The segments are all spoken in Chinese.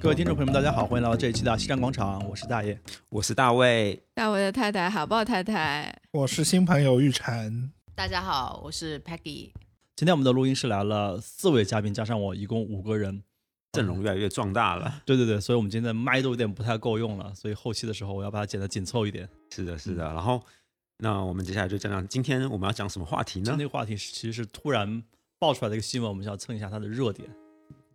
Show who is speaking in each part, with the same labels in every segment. Speaker 1: 各位听众朋友们，大家好，欢迎来到这一期的西站广场，我是大爷。
Speaker 2: 我是大卫，
Speaker 3: 大卫的太太，好不好？太太，
Speaker 4: 我是新朋友玉婵，
Speaker 5: 大家好，我是 Peggy。
Speaker 1: 今天我们的录音室来了四位嘉宾，加上我，一共五个人。
Speaker 2: 阵
Speaker 1: 嗯
Speaker 2: 容越来越壮 大了。
Speaker 1: 对对对，所以我们今天的麦都有点不太够用了，所以后期的时候我要把它剪得紧凑一点。
Speaker 2: 是的，是的。
Speaker 1: 嗯
Speaker 2: 然后，那我们接下来就讲讲今天我们要讲什么话题
Speaker 1: 今
Speaker 2: 呢
Speaker 1: 天？这个话题是其实是突然爆出来的一个新闻，我们想蹭一下它的热点。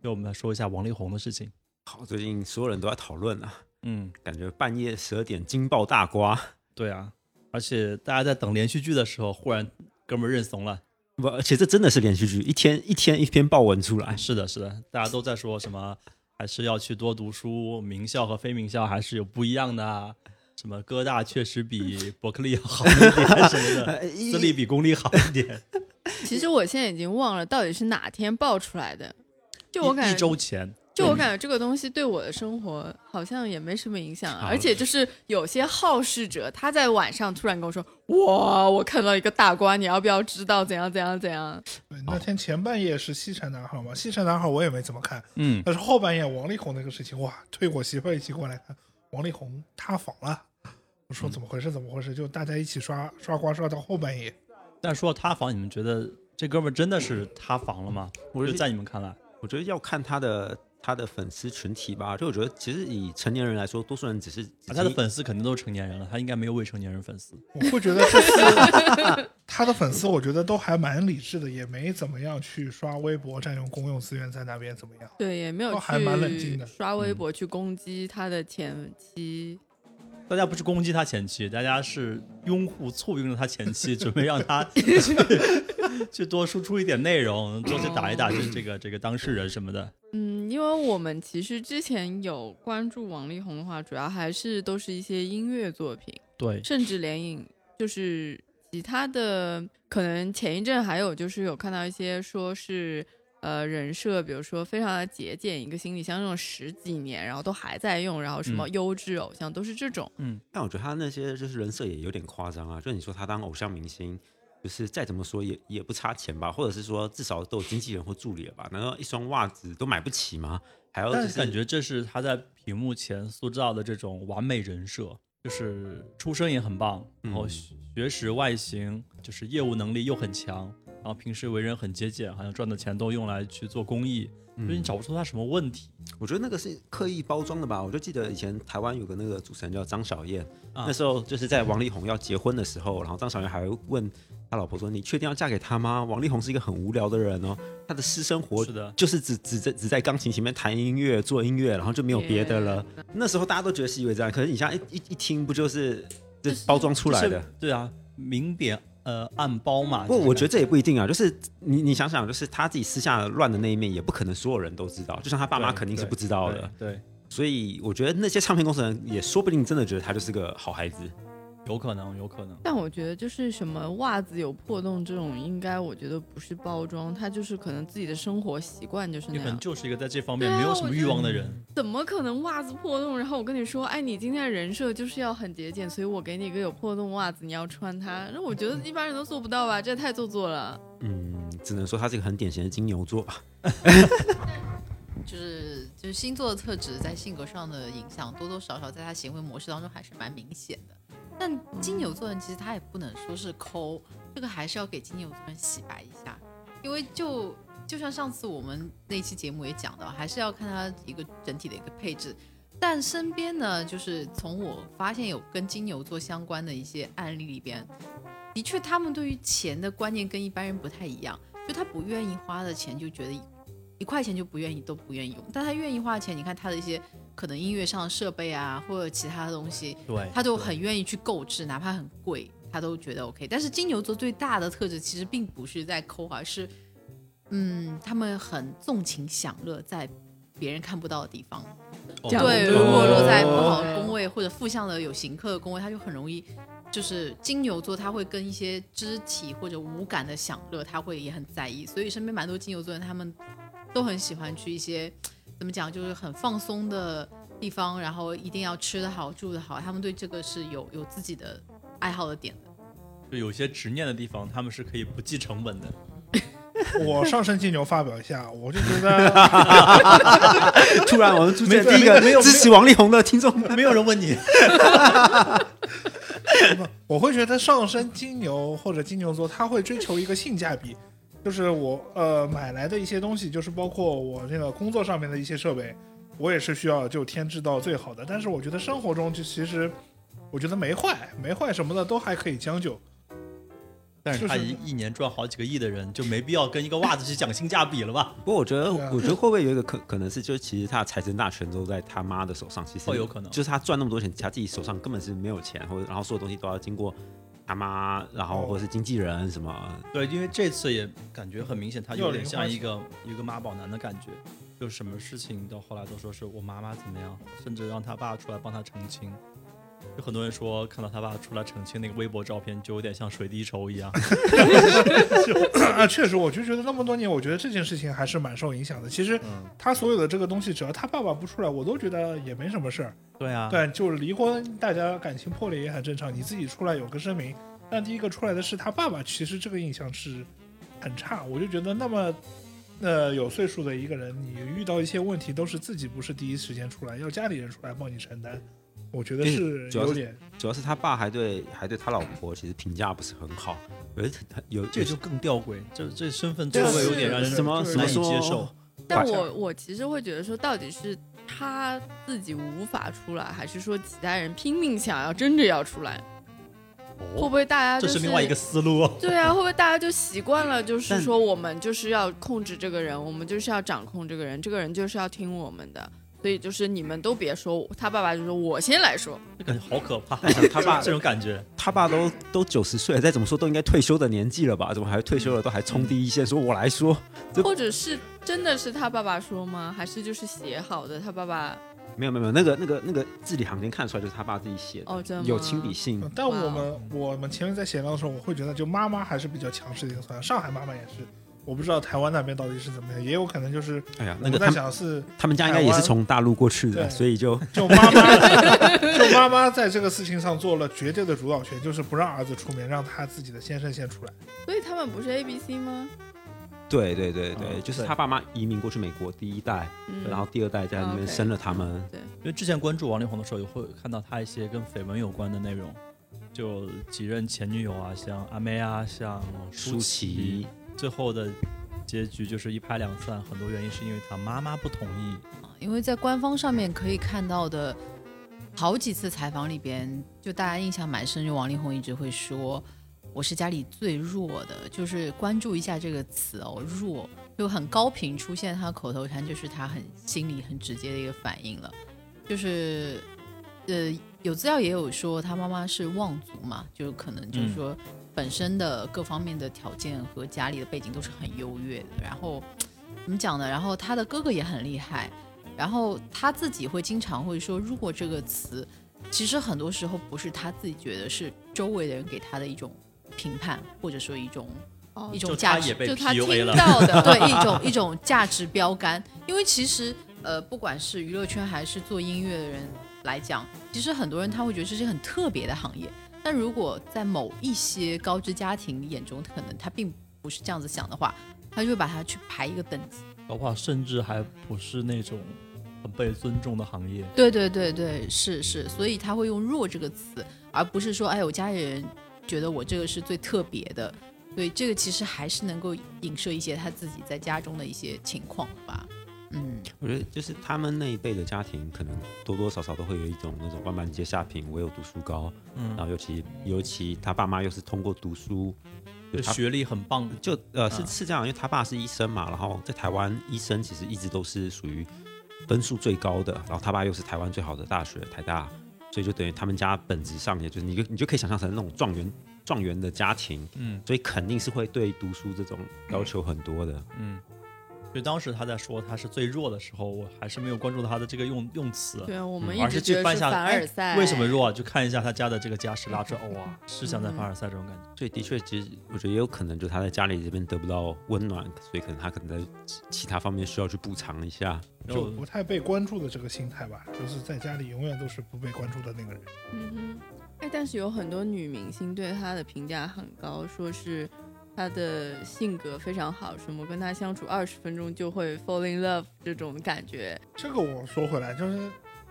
Speaker 1: 所以我们来说一下王力宏的事情。
Speaker 2: 好，最近所有人都在讨论啊，
Speaker 1: 嗯，
Speaker 2: 感觉半夜十二点惊爆大瓜，
Speaker 1: 对啊，而且大家在等连续剧的时候，忽然哥们儿认怂了。
Speaker 2: 不，而且这真的是连续剧，一天一天一篇爆文出来。
Speaker 1: 是的，是的，大家都在说什么，还是要去多读书，名校和非名校还是有不一样的、啊。什么哥大确实比伯克利要好一点什么
Speaker 2: 哎
Speaker 1: 的，私立比公立好一点。
Speaker 3: 其实我现在已经忘了到底是哪天爆出来的，就我
Speaker 1: 一
Speaker 3: 感
Speaker 1: 一
Speaker 3: 觉，
Speaker 1: 周嗯前，
Speaker 3: 就我感觉这个东西对我的生活好像也没什么影响，啊
Speaker 1: 好
Speaker 3: 而且就是有些好事者，他在晚上突然跟我说：“哇，我看到一个大瓜，你要不要知道怎样怎样怎样
Speaker 4: 对那天前半夜是西城男孩嘛，西城男孩我也没怎么看，
Speaker 1: 嗯，
Speaker 4: 但是后半夜王力宏那个事情，哇，推我媳妇儿一起过来看，王力宏塌房了。我说怎么回事？怎么回事？就大家一起刷刷瓜刷到后半夜，
Speaker 1: 但说到塌房，你们觉得这哥们儿真的是塌房了吗？
Speaker 2: 我
Speaker 1: 就是在你们看来，
Speaker 2: 我觉得要看他的他的粉丝群体吧，就我觉得其实以成年人来说，多数人只是
Speaker 1: 啊他的粉丝肯定都是成年人了，他应该没有未成年人粉丝。
Speaker 4: 我会觉得这是他的粉丝，我觉得都还蛮理智的，也没怎么样去刷微博占用公用资源在那边怎么样？”。
Speaker 3: 对，也没有
Speaker 4: 哦还蛮冷静
Speaker 3: 去
Speaker 4: 的
Speaker 3: 刷
Speaker 1: 嗯
Speaker 3: 微博去攻击他的前妻。
Speaker 1: 大家不是攻击他前妻，大家是拥护簇拥着他前妻，准备让他 去去多输出一点内容，多去打一打这这个这个当事人什么的。
Speaker 3: 嗯，因为我们其实之前有关注王力宏的话，主要还是都是一些音乐作品。
Speaker 1: 对，
Speaker 3: 甚至联影，就是其他的，可能前一阵还有就是有看到一些说是呃人设，比如说非常的节俭，一个行李箱用了十几年，然后都还在用，然后什么
Speaker 1: 嗯
Speaker 3: 优质偶像、都是这种，
Speaker 2: 但我觉得他那些就是人设也有点夸张啊，就你说他当偶像明星，就是再怎么说也也不差钱吧，或者是说至少都有经纪人或助理了吧？难道一双袜子都买不起吗？还要、就
Speaker 1: 但
Speaker 2: 是
Speaker 1: 是感觉这是他在屏幕前塑造的这种完美人设，就是出身也很棒，然后
Speaker 2: 嗯
Speaker 1: 学学识、外形，就是业务能力又很强，然后平时为人很节俭，好像赚的钱都用来去做公益，
Speaker 2: 嗯
Speaker 1: 就是你找不出他什么问题。
Speaker 2: 我觉得那个是刻意包装的吧。我就记得以前台湾有个那个主持人叫张小燕，
Speaker 1: 啊
Speaker 2: 那时候就是在王力宏要结婚的时候，然后张小燕还会问他老婆说：“你确定要嫁给他吗？”王力宏是一个很无聊的人哦，他的私生活
Speaker 1: 是的
Speaker 2: 就是只只在只在钢琴前面弹音乐、做音乐，然后就没有别的了。那时候大家都觉得是因为这样，可是你像一一一听不就是这包装出来
Speaker 1: 就
Speaker 2: 的
Speaker 1: 是？对啊，明贬呃暗褒嘛。
Speaker 2: 不，我觉得
Speaker 1: 得
Speaker 2: 这也不一定啊。就是你你想想，就是他自己私下乱的那一面，也不可能所有人都知道。就像他爸妈
Speaker 1: 对
Speaker 2: 肯定是
Speaker 1: 对
Speaker 2: 不知道的。
Speaker 1: 对对，
Speaker 2: 所以我觉得那些唱片公司人也说不定真的觉得他就是个好孩子。
Speaker 1: 有可能，有可能。
Speaker 3: 但我觉得就是什么袜子有破洞这种，应该我觉得不是包装，他就是可能自己的生活习惯就是
Speaker 1: 你
Speaker 3: 那
Speaker 1: 可能
Speaker 3: 样，
Speaker 1: 就是一个在这方面
Speaker 3: 对啊
Speaker 1: 没有什么欲望的人，
Speaker 3: 怎么可能袜子破洞？然后我跟你说，哎，你今天的人设就是要很节俭，所以我给你一个有破洞袜子，你要穿它。那我觉得一般人都做不到吧，这也太做作了。
Speaker 2: 嗯，只能说他是一个很典型的金牛座 吧。
Speaker 5: 就是就是星座的特质在性格上的影响，多多少少在他行为模式当中还是蛮明显的。但金牛座人其实他也不能说是抠，这个还是要给金牛座人洗白一下，因为就就像上次我们那期节目也讲到，还是要看他一个整体的一个配置。但身边呢，就是从我发现有跟金牛座相关的一些案例里边，的确他们对于钱的观念跟一般人不太一样，就他不愿意花的钱就觉得一块钱就不愿意都不愿意用，但他愿意花钱，你看他的一些可能音乐上的设备啊，或者其他的东西，
Speaker 1: 对，
Speaker 5: 他都很愿意去购置，哪怕很贵，他都觉得 OK。但是金牛座最大的特质其实并不是在抠，而是嗯，他们很纵情享乐，在别人看不到的地方。
Speaker 1: 哦
Speaker 3: 讲
Speaker 5: 对，
Speaker 3: 对
Speaker 5: 如果落在不
Speaker 3: 哦
Speaker 5: 好的宫位或者负向的有行客的宫位，他就很容易。就是金牛座，他会跟一些肢体或者五感的享乐，他会也很在意，所以身边蛮多金牛座人，他们都很喜欢去一些怎么讲，就是很放松的地方，然后一定要吃得好、住得好，他们对这个是有有自己的爱好的点的。
Speaker 1: 就有些执念的地方，他们是可以不计成本的。
Speaker 4: 我上升金牛发表一下，我就觉得
Speaker 2: 突然我们出现
Speaker 4: 没
Speaker 2: 第一个
Speaker 4: 没有
Speaker 2: 支持王力宏的听众，
Speaker 1: 没有人问你，
Speaker 4: 我会觉得上升金牛或者金牛座，他会追求一个性价比，就是我呃买来的一些东西，就是包括我那个工作上面的一些设备，我也是需要就添置到最好的。但是我觉得生活中就其实，我觉得没坏没坏什么的都还可以将就。
Speaker 1: 但是他
Speaker 4: 就是
Speaker 1: 一一年赚好几个亿的人，就没必要跟一个袜子去讲性价比了吧？
Speaker 2: 不过我觉得，
Speaker 4: 对啊
Speaker 2: 我觉得会不会有一个可可能是，就是其实他的财政大权都在他妈的手上，其实
Speaker 1: 哦有可能
Speaker 2: 就是他赚那么多钱，他自己手上根本是没有钱，或者然后所有东西都要经过他妈，然后
Speaker 4: 哦
Speaker 2: 或者是经纪人什么，
Speaker 1: 对，因为这次也感觉很明显，他有
Speaker 4: 要
Speaker 1: 点
Speaker 4: 零
Speaker 1: 像
Speaker 4: 花
Speaker 1: 一
Speaker 4: 钱
Speaker 1: 个一个妈宝男的感觉，就什么事情到后来都说是我妈妈怎么样，甚至让他爸出来帮他澄清。有很多人说，看到他爸出来澄清那个微博照片，就有点像水滴筹 一样。
Speaker 4: 啊，确实，我就觉得那么多年，我觉得这件事情还是蛮受影响的。其实
Speaker 1: 嗯，
Speaker 4: 他所有的这个东西，只要他爸爸不出来，我都觉得也没什么事儿。
Speaker 1: 对啊，
Speaker 4: 对，就是离婚，大家感情破裂也很正常，你自己出来有个声明。但第一个出来的是他爸爸，其实这个印象是很差。我就觉得那么。呃，有岁数的一个人，你遇到一些问题都是自己不是第一时间出来，要家里人出来帮你承担，我觉得
Speaker 2: 嗯
Speaker 4: 是
Speaker 2: 主要
Speaker 4: 有
Speaker 2: 是
Speaker 4: 点
Speaker 2: 主要是他爸还对还对他老婆其实评价不是很好，有一有
Speaker 1: 这就更吊诡，这这身份地
Speaker 4: 对啊
Speaker 1: 位有点
Speaker 4: 是
Speaker 1: 让人
Speaker 2: 什么
Speaker 4: 就是
Speaker 2: 什么
Speaker 1: 难以
Speaker 2: 说
Speaker 1: 接受。
Speaker 3: 但
Speaker 2: 把
Speaker 3: 我我其实会觉得说，到底是他自己无法出来，还是说其他人拼命想要争着要出来？会不会大家
Speaker 1: 这
Speaker 3: 就是
Speaker 1: 另外一个思路哦。
Speaker 3: 对啊，会不会大家就习惯了，就是
Speaker 2: 但
Speaker 3: 说我们就是要控制这个人，我们就是要掌控这个人，这个人就是要听我们的，所以就是你们都别说，他爸爸就说我先来说，
Speaker 1: 这感觉好可怕，
Speaker 2: 他爸
Speaker 1: 这种感觉，
Speaker 2: 他爸都都九十岁了，再怎么说都应该退休的年纪了吧？怎么还退休了都还冲第一线，说我来说？这
Speaker 3: 或者是真的是他爸爸说吗？还是就是写好的他爸爸？
Speaker 2: 没有没有没有，那个那个那个字里行间看出来就是他爸自己写的，
Speaker 3: 哦，真的吗
Speaker 2: 有亲笔信
Speaker 4: 嗯，但我们我们前面在闲聊的时候，我会觉得就妈妈还是比较强势的一个算，上海妈妈也是，我不知道台湾那边到底是怎么样，也有可能就是
Speaker 2: 哎呀，
Speaker 4: 我
Speaker 2: 那个
Speaker 4: 在
Speaker 2: 他
Speaker 4: 想是
Speaker 2: 他们家应该也是从大陆过去
Speaker 4: 台
Speaker 2: 的，
Speaker 4: 湾
Speaker 2: 所以就
Speaker 4: 就妈妈 就妈妈在这个事情上做了绝对的主导权，就是不让儿子出面，让他自己的先生先出来。
Speaker 3: 所以他们不是 A B C 吗？
Speaker 2: 对对对对，
Speaker 1: 嗯
Speaker 2: 就是
Speaker 1: 对
Speaker 2: 他爸妈移民过去美国第一代，
Speaker 3: 嗯，
Speaker 2: 然后第二代在那边
Speaker 3: OK
Speaker 2: 生了他们。
Speaker 1: 因为之前关注王力宏的时候，也会看到他一些跟绯闻有关的内容，就几任前女友啊，像阿妹啊，像
Speaker 2: 舒
Speaker 1: 舒淇，
Speaker 2: 淇，
Speaker 1: 最后的结局就是一拍两散，很多原因是因为他妈妈不同意。
Speaker 5: 因为在官方上面可以看到的好几次采访里边，就大家印象蛮深，就王力宏一直会说我是家里最弱的，就是关注一下这个词哦，弱就很高频出现他口头禅，就是他很心里很直接的一个反应了，就是呃有资料也有说他妈妈是望族嘛，就可能就是说本身的各方面的条件和家里的背景都是很优越的，然后。怎么讲呢？然后他的哥哥也很厉害，然后他自己会经常会说“如果”这个词，其实很多时候不是他自己觉得，是周围的人给他的一种评判，或者说一种
Speaker 3: 哦
Speaker 5: 一
Speaker 1: 就
Speaker 5: 种
Speaker 1: 他
Speaker 5: 价值
Speaker 1: 也被
Speaker 3: 就他
Speaker 1: PUA
Speaker 3: 听
Speaker 1: 了
Speaker 3: 到 的，
Speaker 5: 对一种一种价值标杆。因为其实呃，不管是娱乐圈还是做音乐的人来讲，其实很多人他会觉得这是很特别的行业。但如果在某一些高知家庭眼中，可能他并不是这样子想的话，他就会把它去排一个等级。
Speaker 1: 搞不好甚至还不是那种很被尊重的行业。
Speaker 5: 对对对对，是是，所以他会用“弱”这个词，而不是说“哎，我家里人觉得我这个是最特别的”。对，这个其实还是能够影射一些他自己在家中的一些情况吧。嗯，
Speaker 2: 我觉得就是他们那一辈的家庭，可能多多少少都会有一种那种万般皆下品，唯有读书高。然
Speaker 1: 嗯，
Speaker 2: 后尤其尤其他爸妈又是通过读书，
Speaker 1: 就
Speaker 2: 他
Speaker 1: 学历很棒，
Speaker 2: 就呃是
Speaker 1: 嗯
Speaker 2: 是这样，因为他爸是医生嘛，然后在台湾医生其实一直都是属于分数最高的，然后他爸又是台湾最好的大学台大，所以就等于他们家本质上也就是你就你就可以想象成那种状元状元的家庭，
Speaker 1: 嗯
Speaker 2: 所以肯定是会对读书这种要求很多的。
Speaker 1: 嗯。就当时他在说他是最弱的时候，我还是没有关注到他的这个用用词。
Speaker 3: 对啊我们
Speaker 2: 嗯
Speaker 3: 一
Speaker 1: 而
Speaker 3: 直
Speaker 1: 是
Speaker 3: 觉
Speaker 1: 去
Speaker 3: 得
Speaker 1: 翻
Speaker 3: 是
Speaker 1: 一下
Speaker 3: 凡
Speaker 1: 哎
Speaker 3: 尔赛，
Speaker 1: 为什么？弱？就看一下他家的这个家世拉扯， 哇，是像在凡尔赛这种感觉。
Speaker 2: 所以的确，其实我觉得也有可能，就他在家里这边得不到温暖，所以可能他可能在其其他方面需要去补偿一下。
Speaker 1: 然
Speaker 4: 就
Speaker 1: 后
Speaker 4: 不太被关注的这个心态吧，就是在家里永远都是不被关注的那个人。
Speaker 3: 嗯哼，哎，但是有很多女明星对他的评价很高，说是他的性格非常好，什么跟他相处二十分钟就会 fall in love 这种感觉，
Speaker 4: 这个我说回来，就是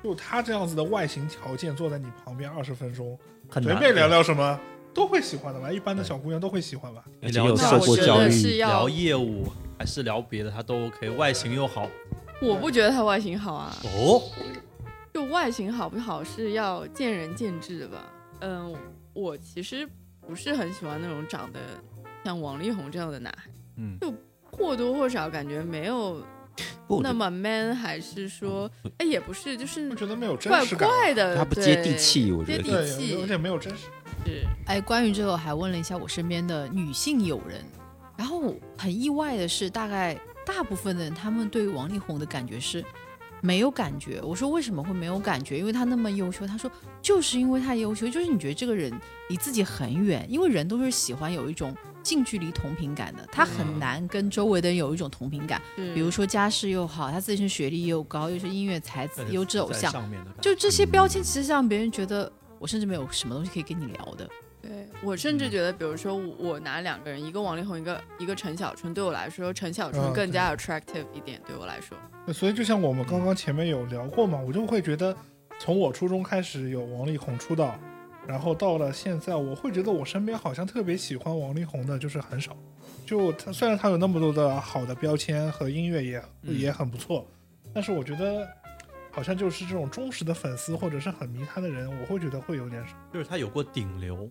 Speaker 4: 就他这样子的外形条件，坐在你旁边二十分钟，
Speaker 1: 很
Speaker 4: 随
Speaker 1: 难
Speaker 4: 便聊聊什么都会喜欢的吧？一般的小姑娘都会喜欢吧？
Speaker 2: 而且又
Speaker 1: 那
Speaker 2: 受
Speaker 1: 我
Speaker 2: 过
Speaker 1: 觉
Speaker 2: 教
Speaker 1: 得
Speaker 3: 是
Speaker 2: 育，
Speaker 3: 要
Speaker 1: 聊业务还是聊别的，他都 OK，外形又好
Speaker 3: 我不觉得他外形好啊，
Speaker 1: 哦，
Speaker 3: 就外形好不好是要见仁见智的吧。嗯，我其实不是很喜欢那种长得像王力宏这样的男孩，
Speaker 1: 嗯，
Speaker 3: 或多或少感觉没有
Speaker 2: 不
Speaker 3: 那么 man，还是说，
Speaker 1: 嗯
Speaker 3: 哎，也不是，就是
Speaker 4: 我觉得没有真
Speaker 3: 怪
Speaker 4: 实感，
Speaker 3: 怪的，
Speaker 2: 他不接地气，我觉
Speaker 3: 接地
Speaker 2: 得。
Speaker 4: 对，有有点没有真实。
Speaker 3: 对。
Speaker 5: 哎，关于这个我还问了一下我身边的女性友人，然后很意外的是，大概大部分的人他们对于王力宏的感觉是没有感觉。我说为什么会没有感觉？因为他那么优秀。他说就是因为他优秀，就是你觉得这个人离自己很远，因为人都是喜欢有一种近距离同频感的，他
Speaker 1: 嗯
Speaker 5: 很难跟周围的人有一种同频感。
Speaker 3: 是
Speaker 5: 比如说家世又好，他自身学历又高，又是音乐才子
Speaker 1: 但、是
Speaker 5: 优质偶
Speaker 1: 在
Speaker 5: 像，
Speaker 1: 上嗯面的感觉
Speaker 5: 就这些标签，其实让别人觉得我甚至没有什么东西可以跟你聊的。
Speaker 3: 对我甚至觉得，比如说我我拿两个人，一个王力宏，一个一个陈小春，对我来说，陈小
Speaker 4: 嗯
Speaker 3: 春更加 attractive 一点，对我来说，
Speaker 4: 所以就像我们刚刚前面有聊过嘛，我就会觉得，从我初中开始有王力宏出道，然后到了现在，我会觉得我身边好像特别喜欢王力宏的就是很少。就他虽然他有那么多的好的标签和音乐也、
Speaker 1: 嗯
Speaker 4: 也很不错，但是我觉得好像就是这种忠实的粉丝或者是很迷他的人，我会觉得会有点少。
Speaker 1: 就是他有过顶流，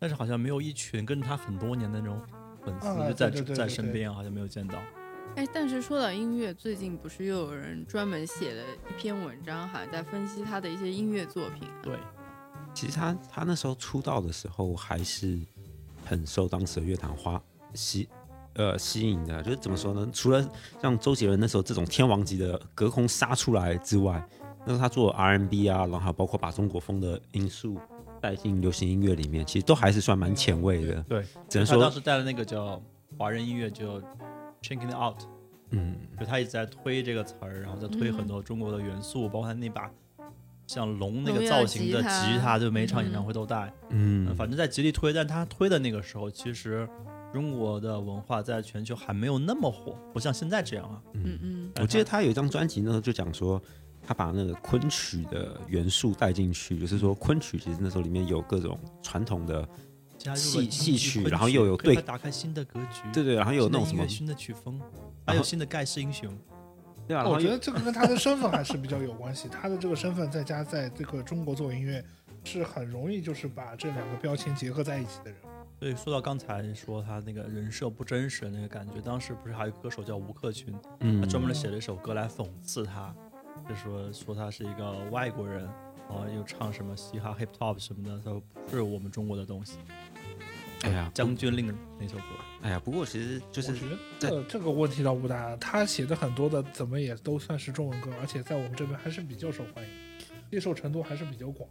Speaker 1: 但是好像没有一群跟着他很多年的那种粉丝、
Speaker 4: 啊
Speaker 1: 就在
Speaker 4: 对对对
Speaker 1: 在
Speaker 4: 对
Speaker 1: 身
Speaker 4: 对
Speaker 1: 边，好像没有见到。
Speaker 3: 哎，但是说到音乐，最近不是又有人专门写了一篇文章，好像在分析他的一些音乐作品、啊，
Speaker 1: 对，
Speaker 2: 其实他他那时候出道的时候还是很受当时的乐坛花吸呃吸引的，就是怎么说呢？除了像周杰伦那时候这种天王级的隔空杀出来之外，那时候他做 R&B 啊，然后还有包括把中国风的因素带进流行音乐里面，其实都还是算蛮前卫的。
Speaker 1: 对，
Speaker 2: 只能
Speaker 1: 他当
Speaker 2: 说
Speaker 1: 时带的那个叫华人音乐就 Checking It Out，
Speaker 2: 嗯，
Speaker 1: 就他一直在推这个词儿，然后再推
Speaker 3: 嗯
Speaker 1: 很多中国的元素，包括他那把像龙那
Speaker 3: 龙
Speaker 1: 个
Speaker 3: 耀
Speaker 1: 造型的
Speaker 3: 吉他
Speaker 1: 吉他，就每一场演唱会都带。
Speaker 2: 嗯，
Speaker 1: 呃反正在极力推，但他推的那个时候，其实中国的文化在全球还没有那么火，不像现在这样啊。
Speaker 3: 嗯嗯，
Speaker 2: 我记得他有一张专辑，那时候就讲说，他把那个昆曲的元素带进去，就是说昆曲其实那时候里面有各种传统的，
Speaker 1: 加入了
Speaker 2: 戏
Speaker 1: 京剧
Speaker 2: 戏曲
Speaker 1: 昆
Speaker 2: 然后又有
Speaker 1: 可以
Speaker 2: 对
Speaker 1: 打开新的格局，
Speaker 2: 对对，然后有
Speaker 1: 新的
Speaker 2: 那种
Speaker 1: 音
Speaker 2: 什么
Speaker 1: 乐，新的曲风，还
Speaker 2: 然
Speaker 1: 有
Speaker 2: 后
Speaker 1: 新的盖世英雄。
Speaker 2: 对啊，然
Speaker 4: 我
Speaker 2: 后
Speaker 4: 觉
Speaker 2: 有
Speaker 4: 得这个跟他的身份还是比较有关系，他的这个身份再加在这个中国做音乐，是很容易就是把这两个标签结合在一起的人。
Speaker 1: 对，说到刚才说他那个人设不真实的那个感觉，当时不是还有个歌手叫吴克群，
Speaker 2: 嗯
Speaker 1: 他专门写了一首歌来讽刺他，就说说他是一个外国人，然后又唱什么嘻哈、hip hop 什么的，他说不是我们中国的东西。
Speaker 2: 哎呀
Speaker 1: 《将军令》那首歌，
Speaker 2: 哎呀，不过其实就
Speaker 4: 我
Speaker 2: 是
Speaker 4: 觉得这个这个问题倒不大，他写的很多的怎么也都算是中文歌，而且在我们这边还是比较受欢迎，接受程度还是比较广。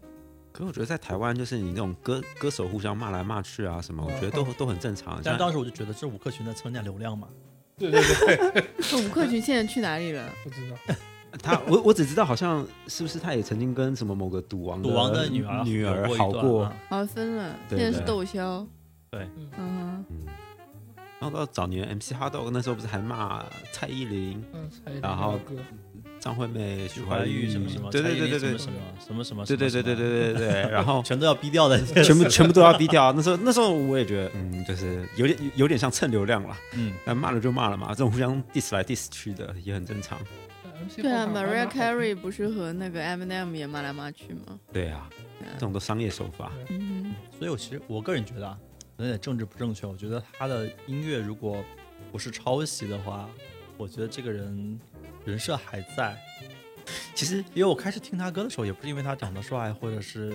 Speaker 2: 可是我觉得在台湾，就是你那种歌歌手互相骂来骂去啊什么，我觉得都都很正常。
Speaker 1: 嗯但
Speaker 2: 像
Speaker 1: 是当时我就觉得这吴克群在蹭人家流量嘛，
Speaker 4: 对对对，
Speaker 3: 那吴克群现在去哪里了？
Speaker 4: 不 知道。
Speaker 2: 他，我我只知道好像是不是他也曾经跟什么某个赌王
Speaker 1: 赌王
Speaker 2: 的
Speaker 1: 的女儿
Speaker 2: 女儿
Speaker 1: 有
Speaker 2: 好
Speaker 1: 过一段啊，
Speaker 3: 好像分了，
Speaker 2: 对
Speaker 3: 现在
Speaker 2: 对
Speaker 3: 是窦骁，
Speaker 1: 对
Speaker 4: 嗯
Speaker 3: 嗯
Speaker 2: 嗯，然后到早年 MC 哈豆那时候不是还骂蔡依林、
Speaker 4: 嗯，才有
Speaker 2: 然后
Speaker 4: 这个歌
Speaker 2: 张惠妹、
Speaker 1: 徐
Speaker 2: 徐
Speaker 1: 怀
Speaker 2: 怀
Speaker 1: 钰什么什么，
Speaker 2: 对对
Speaker 1: 蔡依林
Speaker 2: 对对对
Speaker 1: 什么什么什么什么什么，
Speaker 2: 对对对对
Speaker 1: 什么，
Speaker 2: 对对 对，然后
Speaker 1: 全都要逼掉的，
Speaker 2: 全部全部都要逼掉。那时候那时候我也觉得，嗯，就是有点有点像蹭流量了，
Speaker 1: 嗯，
Speaker 2: 但骂了就骂了嘛，这种互相 diss 来 diss 去的也很正常。
Speaker 4: MC
Speaker 3: 对啊
Speaker 4: 后面还
Speaker 3: ，Mariah
Speaker 4: 蛮好听
Speaker 3: Carey 不是和那个 Eminem 也骂来骂去吗？
Speaker 2: 对啊，这种都商业手法。
Speaker 3: 嗯，
Speaker 1: 所以我其实我个人觉得啊，有点政治不正确。我觉得他的音乐如果不是抄袭的话，我觉得这个人人设还在。
Speaker 2: 其实
Speaker 1: 因为我开始听他歌的时候，也不是因为他长得帅或者是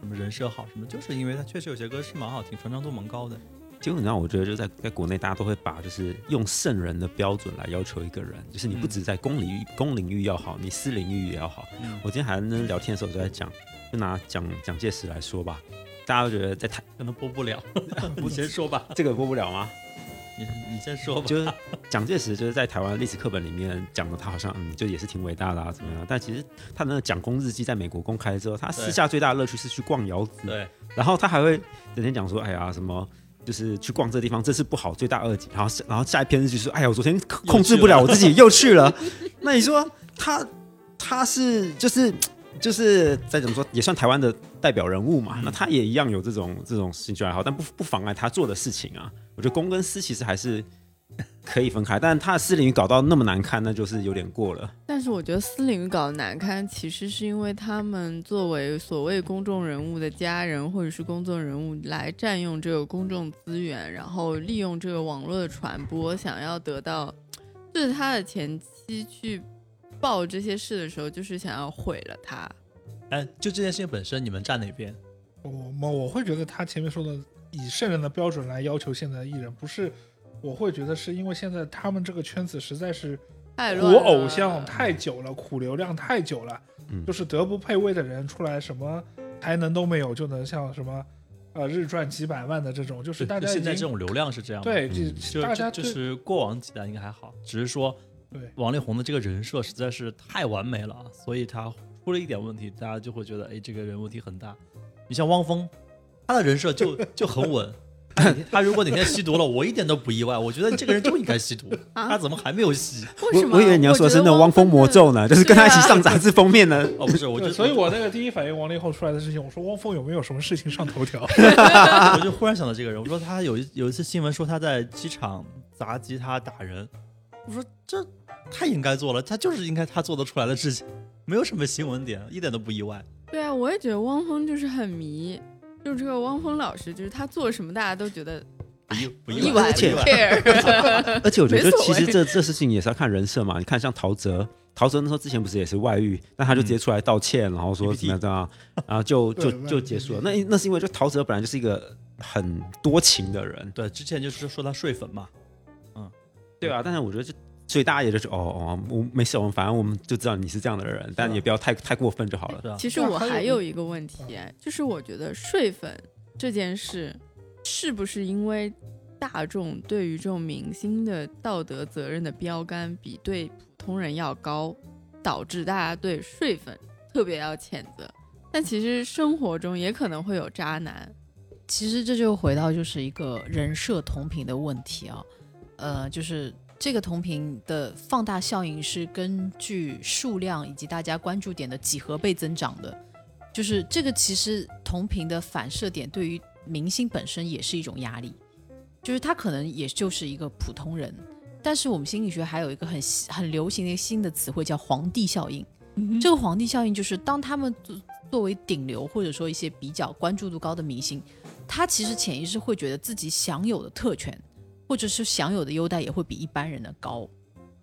Speaker 1: 什么人设好什么，就是因为他确实有些歌是蛮好听，传唱度蛮高的。
Speaker 2: 结果你知道，我觉得就在在国内，大家都会把就是用圣人的标准来要求一个人，就是你不
Speaker 1: 嗯
Speaker 2: 止在公领域、公领域要好，你私领域也要好。
Speaker 1: 嗯
Speaker 2: 我今天还在聊天的时候就在讲，就拿蒋蒋介石来说吧，大家都觉得在台
Speaker 1: 可能播不了， 你先说吧，
Speaker 2: 这个播不了吗？
Speaker 1: 你你先说吧。
Speaker 2: 就是蒋介石就是在台湾历史课本里面讲的，他好像嗯，就也是挺伟大的啊，怎么样？但其实他那个蒋公日记在美国公开之后，他私下最大的乐趣是去逛窑子，啊
Speaker 1: 对，
Speaker 2: 然后他还会整天讲说，哎呀，什么就是去逛这地方，这次不好，罪大恶极。然后然后下一篇日记说，哎呀，我昨天控控制不了我自己，又去 了。那你说他他是就是就是再怎么说也算台湾的代表人物
Speaker 3: 嗯
Speaker 2: 嘛，那他也一样有这种这种兴趣爱好，但不不妨碍他做的事情啊。我觉得公跟私其实还是可以分开，但他的私领域搞到那么难看，那就是有点过了。
Speaker 3: 但是我觉得私领域搞得难堪，其实是因为他们作为所谓公众人物的家人或者是公众人物来占用这个公众资源，然后利用这个网络的传播，想要得到，就是他的前妻去报这些事的时候，就是想要毁了他。
Speaker 1: 哎，就这件事情本身，你们站哪边？
Speaker 4: 我我我会觉得他前面说的以圣人的标准来要求现在的艺人，不是，我会觉得是因为现在他们这个圈子实在是
Speaker 3: 太乱
Speaker 4: 苦
Speaker 3: 了啊
Speaker 4: 偶像太久了，苦流量太久了，
Speaker 2: 嗯
Speaker 4: 就是德不配位的人出来，什么才能都没有，就能像什么呃日赚几百万的这种，就是
Speaker 1: 对，
Speaker 4: 大
Speaker 1: 就
Speaker 4: 家已
Speaker 1: 现在
Speaker 4: 经
Speaker 1: 这种流量是这样的，
Speaker 4: 对，
Speaker 2: 嗯
Speaker 4: 这
Speaker 1: 就
Speaker 4: 大家
Speaker 1: 就就
Speaker 4: 对
Speaker 1: 是过往几代应该还好，只是说
Speaker 4: 对
Speaker 1: 王力宏的这个人设实在是太完美了，啊所以他出了一点问题，大家就会觉得哎，这个人问题很大。你像汪峰，他的人设就就很 稳。他哪天他如果哪天吸毒了，我一点都不意外。我觉得这个人就应该吸毒，
Speaker 3: 啊
Speaker 1: 他怎么还没有吸？
Speaker 3: 为什
Speaker 2: 我
Speaker 3: 么？
Speaker 2: 我以为你要说
Speaker 3: 觉
Speaker 2: 是
Speaker 3: 得
Speaker 2: 那种汪峰魔咒呢，就是跟他一起上
Speaker 3: 啊
Speaker 2: 杂志封面呢。
Speaker 1: 哦，不是，我就
Speaker 4: 对所以，我那个第一反应王力宏出来的事情，我说汪峰有没有什么事情上头条？ 啊
Speaker 1: 我就忽然想到这个人，我说他有一有一次新闻说他在机场砸吉他打人，我说这太应该做了，他就是应该他做得出来的事情，没有什么新闻点，一点都不意外。
Speaker 3: 对啊，我也觉得汪峰就是很迷，就是这个汪峰老师，就是他做什么大家都觉得
Speaker 1: 不意不
Speaker 3: 意
Speaker 1: 哎意
Speaker 3: 外
Speaker 1: 外，
Speaker 2: 而且
Speaker 1: 不意
Speaker 3: care。
Speaker 2: 而且我觉得
Speaker 3: 没
Speaker 2: 就
Speaker 3: 所
Speaker 2: 其
Speaker 3: 谓
Speaker 2: 实这这事情也是要看人设嘛。你看像陶喆，陶喆那时候之前不是也是外遇，那他就直接出来道歉，然后说
Speaker 1: PPT
Speaker 2: 怎么样怎么样，然后 就就
Speaker 4: 对
Speaker 2: 就结束了。那那是因为就陶喆本来就是一个很多情的人，
Speaker 1: 对，之前就是说他睡粉嘛，
Speaker 2: 对
Speaker 1: 嗯
Speaker 2: 啊。但是我觉得就。所以大家也就是哦哦，我没事，我们反正我们就知道你是这样的人，
Speaker 1: 啊
Speaker 2: 但也不要太太过分就好 了。
Speaker 1: 对吧？
Speaker 3: 其实我还有一个嗯问题，就是我觉得睡粉这件事，是不是因为大众对于这种明星的道德责任的标杆比对普通人要高，导致大家对睡粉特别要谴责？但其实生活中也可能会有渣男，
Speaker 5: 其实这就回到就是一个人设同频的问题啊，呃，就是这个同频的放大效应是根据数量以及大家关注点的几何倍增长的，就是这个其实同频的反射点对于明星本身也是一种压力，就是他可能也就是一个普通人，但是我们心理学还有一个很新很流行的一个新的词汇叫皇帝效应。这个皇帝效应就是，当他们作作为顶流或者说一些比较关注度高的明星，他其实潜意识会觉得自己享有的特权，或者是享有的优待也会比一般人的高。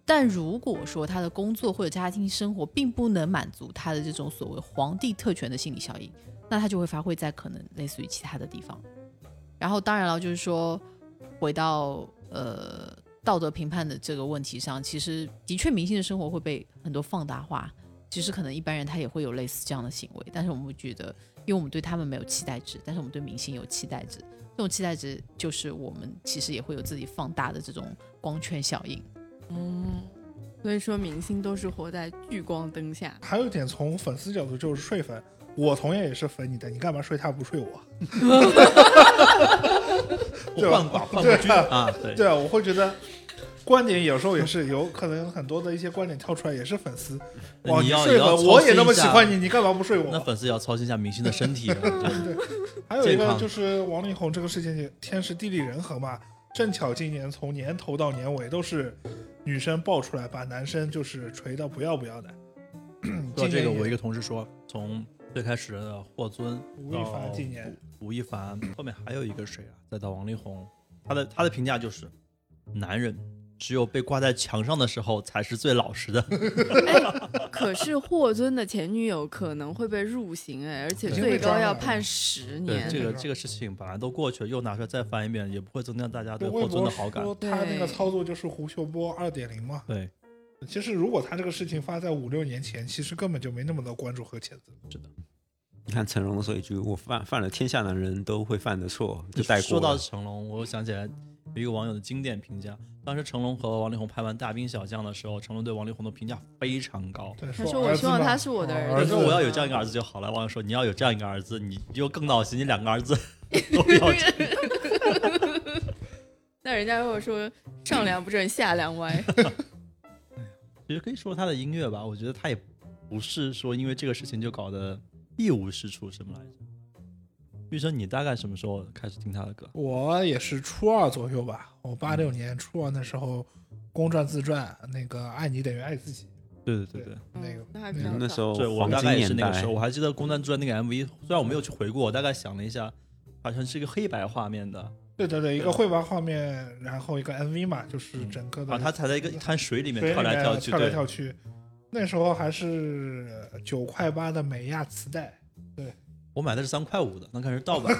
Speaker 5: 但如果说他的工作或者家庭生活并不能满足他的这种所谓皇帝特权的心理效应，那他就会发挥在可能类似于其他的地方。然后当然了，就是说回到呃道德评判的这个问题上，其实的确明星的生活会被很多放大化，其实可能一般人他也会有类似这样的行为，但是我们会觉得，因为我们对他们没有期待值，但是我们对明星有期待值，这种期待值就是我们其实也会有自己放大的这种光圈效应。
Speaker 3: 嗯，所以说明星都是活在聚光灯下。
Speaker 4: 还有一点从粉丝角度就是睡粉，我同样也是粉你的，你干嘛睡他不睡我？ 对吧
Speaker 1: 患 寡患不均啊，对，
Speaker 4: 对啊，我会觉得观点有时候也是有可能很多的一些观点跳出来也是粉丝，
Speaker 1: 那
Speaker 4: 哇，
Speaker 1: 你要
Speaker 4: 睡
Speaker 1: 也要
Speaker 4: 粉我也那
Speaker 1: 操
Speaker 4: 么喜
Speaker 1: 心一下
Speaker 4: 欢你，你干嘛不睡
Speaker 1: 那
Speaker 4: 我？
Speaker 1: 粉丝也要操心一下明星的身 体啊，对
Speaker 4: 还有一
Speaker 1: 健
Speaker 4: 个
Speaker 1: 康
Speaker 4: 就是王力宏这个事情，天时地利人和嘛，正巧今年从年头到年尾都是女生爆出来，把男生就是锤的不要不要的。
Speaker 1: 说到
Speaker 4: 今
Speaker 1: 这
Speaker 4: 年
Speaker 1: 个，我
Speaker 4: 也
Speaker 1: 一个同事说，从最开始的霍尊
Speaker 4: 吴亦
Speaker 1: 到
Speaker 4: 凡今年
Speaker 1: 吴亦凡，后面还有一个谁啊？再到王力宏，他的他的评价就是，男人只有被挂在墙上的时候才是最老实的。
Speaker 3: 可是霍尊的前女友可能会被入刑哎，而且
Speaker 4: 对
Speaker 3: 最高要判十
Speaker 1: 对
Speaker 3: 年。
Speaker 1: 这个
Speaker 4: 对
Speaker 1: 这个事情本来都过去了，又拿出来再翻一遍，也不会增加大家对
Speaker 4: 就
Speaker 1: 霍
Speaker 4: 微
Speaker 1: 尊
Speaker 4: 博
Speaker 1: 的好感。
Speaker 4: 说他那
Speaker 3: 对
Speaker 4: 个操作就是胡秀波二点零嘛。
Speaker 1: 对，
Speaker 4: 其实如果他这个事情发在五六年前，其实根本就没那么多关注和谴责。
Speaker 2: 你看成龙说一句：“我犯犯了天下男人都会犯的错。”就带过了。
Speaker 1: 说到成龙，我又想起来有一个网友的经典评价，当时成龙和王力宏拍完《大兵小将》的时候，成龙对王力宏的评价非常高。
Speaker 4: 对，
Speaker 3: 他
Speaker 4: 说
Speaker 3: 说我
Speaker 4: 儿子
Speaker 3: 希望
Speaker 4: 嘛哦
Speaker 3: 他是我的儿
Speaker 4: 儿
Speaker 1: 他
Speaker 4: 子，
Speaker 1: 说我要有这样一个儿子就好了。网友说你要有这样一个儿子，你就更闹心，你两个儿子都要这样。
Speaker 3: 那人家如果说上梁不正下梁歪，
Speaker 1: 其实可以说他的音乐吧，我觉得他也不是说因为这个事情就搞得一无是处什么来着。玉生，你大概什么时候开始听他的歌？
Speaker 4: 我也是初二左右吧，我八六年初二那时候，公转自传那个《爱你等于爱自己
Speaker 1: 对对对对，》
Speaker 4: 那个
Speaker 3: 嗯，那还
Speaker 4: 那
Speaker 3: 比
Speaker 4: 个
Speaker 3: 较
Speaker 2: 那
Speaker 3: 早
Speaker 2: 时候
Speaker 1: 对我
Speaker 2: 黄
Speaker 1: 大
Speaker 2: 金
Speaker 1: 概也是
Speaker 2: 年
Speaker 1: 那个
Speaker 2: 代
Speaker 1: 时候，，我还记得《公战之传》那个 MV，虽然我没有去回顾，我大概想了一下，好像是一个黑白画面的，
Speaker 4: 对对对，一个绘画画面，然后一个 MV 嘛，就是整个的
Speaker 1: 啊，他踩在一个一滩水里面
Speaker 4: 水里
Speaker 1: 跳来
Speaker 4: 面
Speaker 1: 跳去，
Speaker 4: 跳来
Speaker 1: 对，
Speaker 4: 跳去。那时候还是九块八的美亚磁带，
Speaker 1: 我买的是三块五的，那可能是盗 版，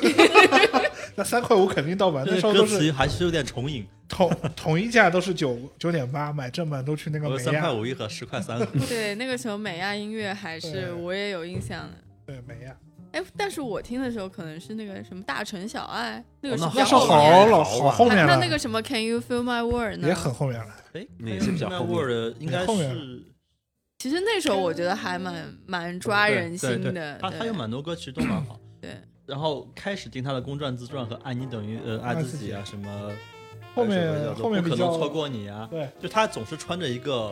Speaker 4: 那三块五肯定盗版，那
Speaker 1: 这
Speaker 4: 时
Speaker 1: 个
Speaker 4: 候都
Speaker 1: 歌
Speaker 4: 是
Speaker 1: 词还是有点重影，
Speaker 4: 统统一价都是九九点八，买正版都去那个啊
Speaker 1: 我
Speaker 4: 美
Speaker 1: 三块
Speaker 4: 亚，
Speaker 1: 五一盒，十块三 盒，
Speaker 3: 对那个时候美亚音乐还是
Speaker 4: 对
Speaker 3: 我也有印象的。
Speaker 4: 对美亚，
Speaker 3: 哎，但是我听的时候可能是那个什么大城小爱，那个
Speaker 1: 哦
Speaker 3: 是
Speaker 1: 那
Speaker 3: 比
Speaker 4: 那
Speaker 3: 较
Speaker 4: 是
Speaker 3: 后面
Speaker 4: 好
Speaker 2: 了
Speaker 4: 老好后面
Speaker 3: 那
Speaker 4: 了，
Speaker 3: 那个什么 Can you feel my word 呢？
Speaker 4: 也很后面了。
Speaker 1: 哎，
Speaker 2: 那也是比较后面
Speaker 1: Word 应该
Speaker 4: 后面
Speaker 1: 是
Speaker 3: 其实那时候我觉得还蛮蛮抓
Speaker 1: 对
Speaker 3: 人心
Speaker 1: 对
Speaker 3: 的。
Speaker 1: 对他他有
Speaker 3: 呃对。
Speaker 1: 蛮多歌其实都蛮好
Speaker 3: 对。
Speaker 1: 然后开始听他的《公转自传》和《爱你等于呃爱
Speaker 4: 爱
Speaker 1: 自
Speaker 4: 自
Speaker 1: 己》啊，什么
Speaker 4: 后面
Speaker 1: 还有什么叫做
Speaker 4: 后面
Speaker 1: 不
Speaker 4: 比
Speaker 1: 可
Speaker 4: 较
Speaker 1: 能错过你啊，
Speaker 4: 对，
Speaker 1: 就他总是穿着一个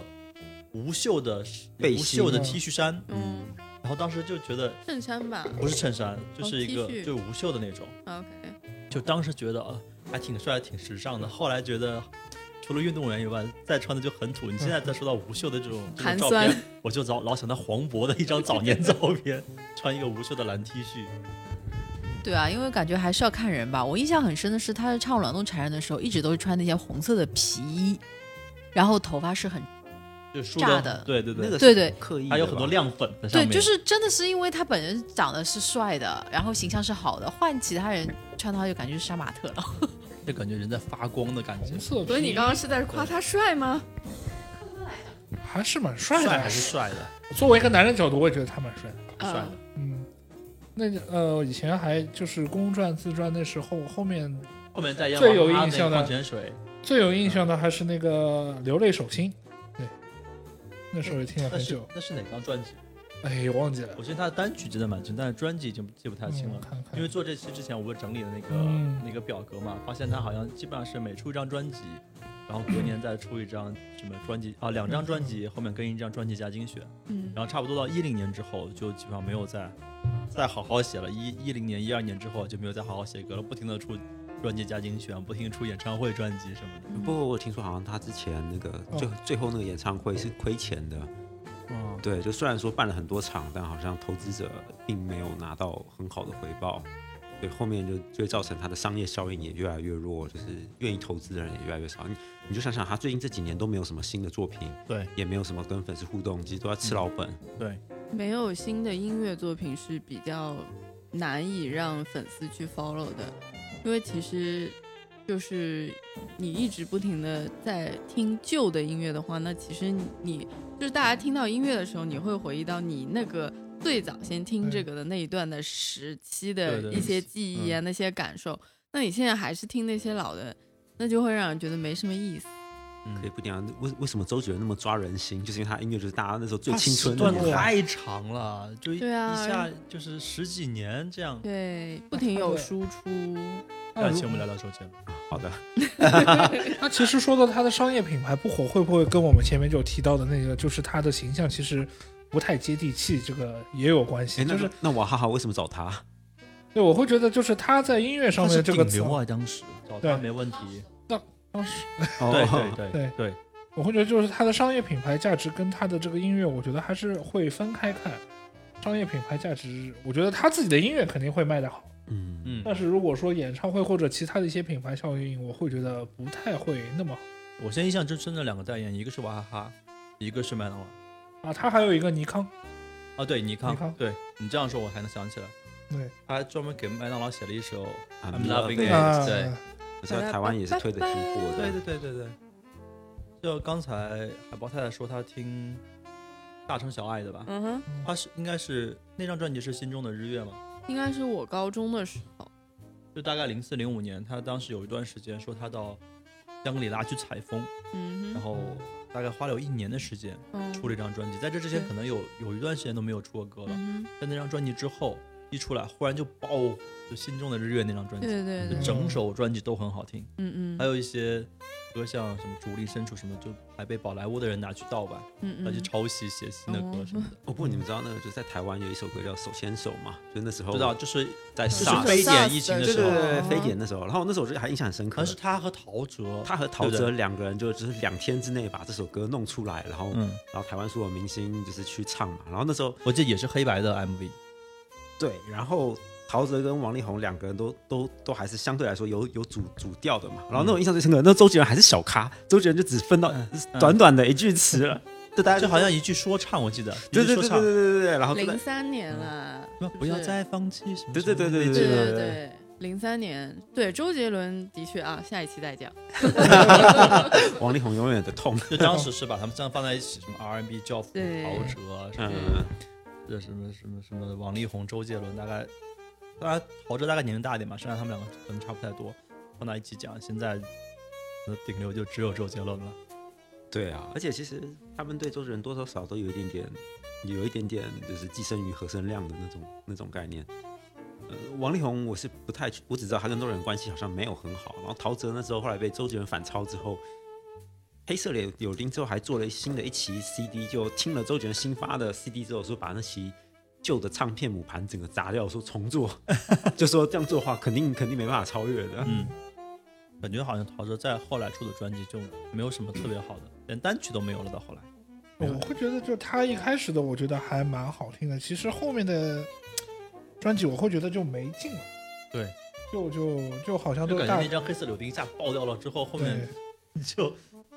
Speaker 1: 无袖的
Speaker 2: 背
Speaker 1: 无
Speaker 2: 心
Speaker 1: 袖的
Speaker 4: 嗯
Speaker 1: T 恤衫，
Speaker 3: 嗯，
Speaker 1: 然后当时就觉得
Speaker 3: 衬衫吧。
Speaker 1: 不是衬衫，就是一个
Speaker 3: 哦，T 恤
Speaker 1: 就无袖的那种，
Speaker 3: OK，
Speaker 1: 就当时觉得啊还挺帅，还挺时尚的。后来觉得。除了运动员以外，再穿的就很土。你现在再说到无袖的这种这种
Speaker 3: 寒
Speaker 1: 照
Speaker 3: 酸
Speaker 1: 片，我就老老想到黄渤的一张早年照片，穿一个无袖的蓝 T 恤，
Speaker 5: 对啊，因为感觉还是要看人吧。我印象很深的是，他唱《软动缠人》的时候，一直都是穿那件红色的皮衣，然后头发是很
Speaker 1: 就梳
Speaker 5: 炸
Speaker 1: 得
Speaker 5: 的
Speaker 1: 对对对，
Speaker 2: 那个
Speaker 5: 对对
Speaker 2: 是刻意的吧，
Speaker 1: 还有很多亮粉在上
Speaker 5: 对，
Speaker 1: 面，
Speaker 5: 就是真的是因为他本人长得是帅的，然后形象是好的，换其他人穿他就感觉是杀马特了。
Speaker 1: 就感觉人在发光的感觉
Speaker 4: 红，色皮，
Speaker 3: 所以你刚刚是在夸他帅吗？
Speaker 4: 还是蛮帅的。
Speaker 1: 还是帅的，
Speaker 4: 作为一个男人角度，我也觉得他蛮帅的。
Speaker 1: 帅的
Speaker 3: 嗯，
Speaker 4: 嗯，那个呃，以前还就是公转自传那时候，后面
Speaker 1: 后面再要
Speaker 4: 最有印象的
Speaker 1: 矿泉水，
Speaker 4: 最有
Speaker 1: 嗯
Speaker 4: 印象的还是那个《流泪手心》，对，那时候也听了
Speaker 1: 那
Speaker 4: 很
Speaker 1: 是
Speaker 4: 久。
Speaker 1: 那是哪张专辑？
Speaker 4: 哎，我忘记了，
Speaker 1: 我记得他的单曲真的蛮清，但是专辑已经记不太清
Speaker 4: 嗯我
Speaker 1: 了。
Speaker 4: 看看，
Speaker 1: 因为做这期之前，我不是整理了那个、
Speaker 4: 嗯
Speaker 1: 那个表格嘛，发现他好像基本上是每出一张专辑，然后隔年再出一张什么专辑啊，两张专辑后面跟一张专辑加精选，
Speaker 3: 嗯，
Speaker 1: 然后差不多到一零年之后，就基本上没有再再好好写了。一一零年、一二年之后就没有再好好写歌了，不停的出专辑加精选，不停地出演唱会专辑什么的。
Speaker 2: 不过我听说好像他之前那个
Speaker 1: 哦
Speaker 2: 最、最后那个演唱会是亏钱的，
Speaker 1: 嗯，
Speaker 2: 对，就虽然说办了很多场，但好像投资者并没有拿到很好的回报，对，后面就就会造成它的商业效应也越来越弱，就是愿意投资的人也越来越少。你你就想想，他最近这几年都没有什么新的作品，
Speaker 1: 对，嗯
Speaker 2: 也没有什么跟粉丝互动，其实都在吃老本。
Speaker 1: 对，
Speaker 3: 没有新的音乐作品是比较难以让粉丝去 follow 的，因为其实就是你一直不停的在听旧的音乐的话，那其实你你就是大家听到音乐的时候，你会回忆到你那个最早先听这个的那一段的时期
Speaker 1: 对
Speaker 3: 的
Speaker 1: 对嗯
Speaker 3: 一些记忆啊，那些感受。那你现在还是听那些老的，那就会让人觉得没什么意思。
Speaker 2: 可以不讲为为什么周杰伦那么抓人心，就是因为他音乐就是大家那时候最
Speaker 4: 他
Speaker 2: 青春的
Speaker 1: 段啊
Speaker 4: 时
Speaker 2: 年
Speaker 4: 段
Speaker 1: 太
Speaker 2: 代。
Speaker 1: 长了，就一
Speaker 3: 对啊
Speaker 1: 一下就是十几年这样。
Speaker 3: 对，不停有
Speaker 4: 对
Speaker 3: 输出。
Speaker 1: 那
Speaker 4: 那
Speaker 1: 请我
Speaker 4: 如
Speaker 1: 们聊聊周杰伦。
Speaker 2: 好的，
Speaker 4: 那其实说到他的商业品牌不火，会不会跟我们前面就提到的那个，就是他的形象其实不太接地气，这个也有关系？
Speaker 2: 哎，那
Speaker 4: 就是
Speaker 2: 那那娃哈哈为什么找他？
Speaker 4: 对，我会觉得就是他在音乐上面这个
Speaker 1: 顶
Speaker 4: 词，
Speaker 1: 流啊，当时找他
Speaker 4: 对
Speaker 1: 没问题。
Speaker 4: 当时
Speaker 1: 哦对对对
Speaker 4: 对
Speaker 1: 对，
Speaker 4: 我会觉得就是他的商业品牌价值跟他的这个音乐，我觉得还是会分开看。商业品牌价值，我觉得他自己的音乐肯定会卖得好，
Speaker 2: 嗯嗯，
Speaker 1: 嗯，
Speaker 4: 但是如果说演唱会或者其他的一些品牌效应，我会觉得不太会那么好
Speaker 1: 我现在印象最深的两个代言，一个是娃哈哈，一个是麦当劳。
Speaker 4: 啊。他还有一个尼康，
Speaker 1: 啊，对，尼康，
Speaker 4: 尼康
Speaker 1: 对你这样说，我还能想起来。
Speaker 4: 对
Speaker 1: 他还专门给麦当劳写了一首
Speaker 2: I'm
Speaker 1: I'm loving it，
Speaker 2: loving 对
Speaker 4: 啊，
Speaker 1: 对
Speaker 2: 我知道台湾也是推的挺火的。
Speaker 1: 对对对对对。就刚才海豹太太说她听大城小爱的吧，
Speaker 3: 嗯哼。
Speaker 1: 她是应该是那张专辑是《心中的日月》嘛，
Speaker 3: 应该是我高中的时候，
Speaker 1: 就大概零四零五年，她当时有一段时间说她到香格里拉去采风，
Speaker 3: 嗯哼，
Speaker 1: 然后大概花了有一年的时间
Speaker 3: 嗯
Speaker 1: 出了一张专辑，在这之前
Speaker 3: 对
Speaker 1: 可能有有一段时间都没有出过歌了，
Speaker 3: 嗯
Speaker 1: 在那张专辑之后，一出来，忽然就爆，就心中的日月那张专辑，
Speaker 3: 对对
Speaker 1: 就
Speaker 3: 对，
Speaker 1: 整首专辑都很好听。
Speaker 3: 嗯
Speaker 1: 还
Speaker 3: 嗯
Speaker 1: 有一些歌像什么《主力深处》什么，就还被宝莱坞的人拿去盗版，
Speaker 3: 嗯
Speaker 1: 拿去
Speaker 3: 嗯，
Speaker 1: 抄袭写新的歌什么的。
Speaker 2: 哦不，你们知道那个就在台湾有一首歌叫《手牵手》嘛？就那时候
Speaker 1: 不知道，就是在
Speaker 2: 就是
Speaker 1: 撒非典疫情的
Speaker 2: 对
Speaker 1: 时
Speaker 2: 对
Speaker 1: 候，
Speaker 2: 对对
Speaker 3: 哦
Speaker 2: 非典那时候，然后那时候我就还印象很深
Speaker 1: 好像，
Speaker 2: 刻
Speaker 1: 是他和陶喆，
Speaker 2: 他和陶
Speaker 1: 对不
Speaker 2: 喆
Speaker 1: 对
Speaker 2: 两个人就就是两天之内把这首歌弄出来，然后
Speaker 1: 嗯，
Speaker 2: 然后台湾所有明星就是去唱嘛，然后那时候
Speaker 1: 我记得也是黑白的 MV，
Speaker 2: 对，然后陶喆跟王力宏两个人都都都还是相对来说有有主主调的嘛。然后那种印象最深刻，那周杰伦还是小咖，周杰伦就只分到
Speaker 1: 嗯
Speaker 2: 短短的一句词了，就大 家
Speaker 1: 就好像一句说唱，我记得，
Speaker 2: 对
Speaker 1: 一
Speaker 2: 对
Speaker 1: 句说
Speaker 2: 对对对
Speaker 1: 唱，
Speaker 2: 对对对，然后就在
Speaker 3: 零三年了，
Speaker 1: 什么
Speaker 3: 是
Speaker 1: 嗯不要
Speaker 3: 是
Speaker 1: 再放弃什么，
Speaker 2: 对对对对
Speaker 1: 什么
Speaker 3: 对
Speaker 2: 对
Speaker 3: 对对，零三年，对周杰伦的确啊，下一期再讲。
Speaker 2: 王力宏永远的痛，
Speaker 1: 就当时是把他们这样放在一起，什么 R&B 教父
Speaker 3: 对
Speaker 1: 陶喆，啊什么
Speaker 2: 嗯，
Speaker 1: 这什么什么什么王力宏、周杰伦，大概，当然陶喆大概年龄大一点嘛，剩下他们两个可能差不太多，放到一起讲，现在呃顶流就只有周杰伦了。
Speaker 2: 对啊，而且其实他们对周杰伦多多少少都有一点点，有一点点就是寄生于何生亮的那种那种概念。呃，王力宏我是不太，我只知道他跟周杰伦关系好像没有很好。然后陶喆那时候后来被周杰伦反超之后，黑色柳柳丁之后还做了新的一期 CD，就听了周杰伦新发的 CD 之后，说把那期旧的唱片母盘整个砸掉，说重做， 就说这样做的话肯定肯定没办法超越的。
Speaker 1: 嗯， 感觉好像陶喆在后来出的专辑就没有什么特别好的，连单曲都没有了。到后来，
Speaker 4: 我会觉得，就他一开始的，我觉得还蛮好听的。其实后面的专辑，我会觉得就没劲了。
Speaker 1: 对，
Speaker 4: 就就就好像
Speaker 1: 就
Speaker 4: 都
Speaker 1: 感觉
Speaker 4: 大
Speaker 1: 那张黑色柳丁一下爆掉了之后，后面
Speaker 4: 对
Speaker 1: 就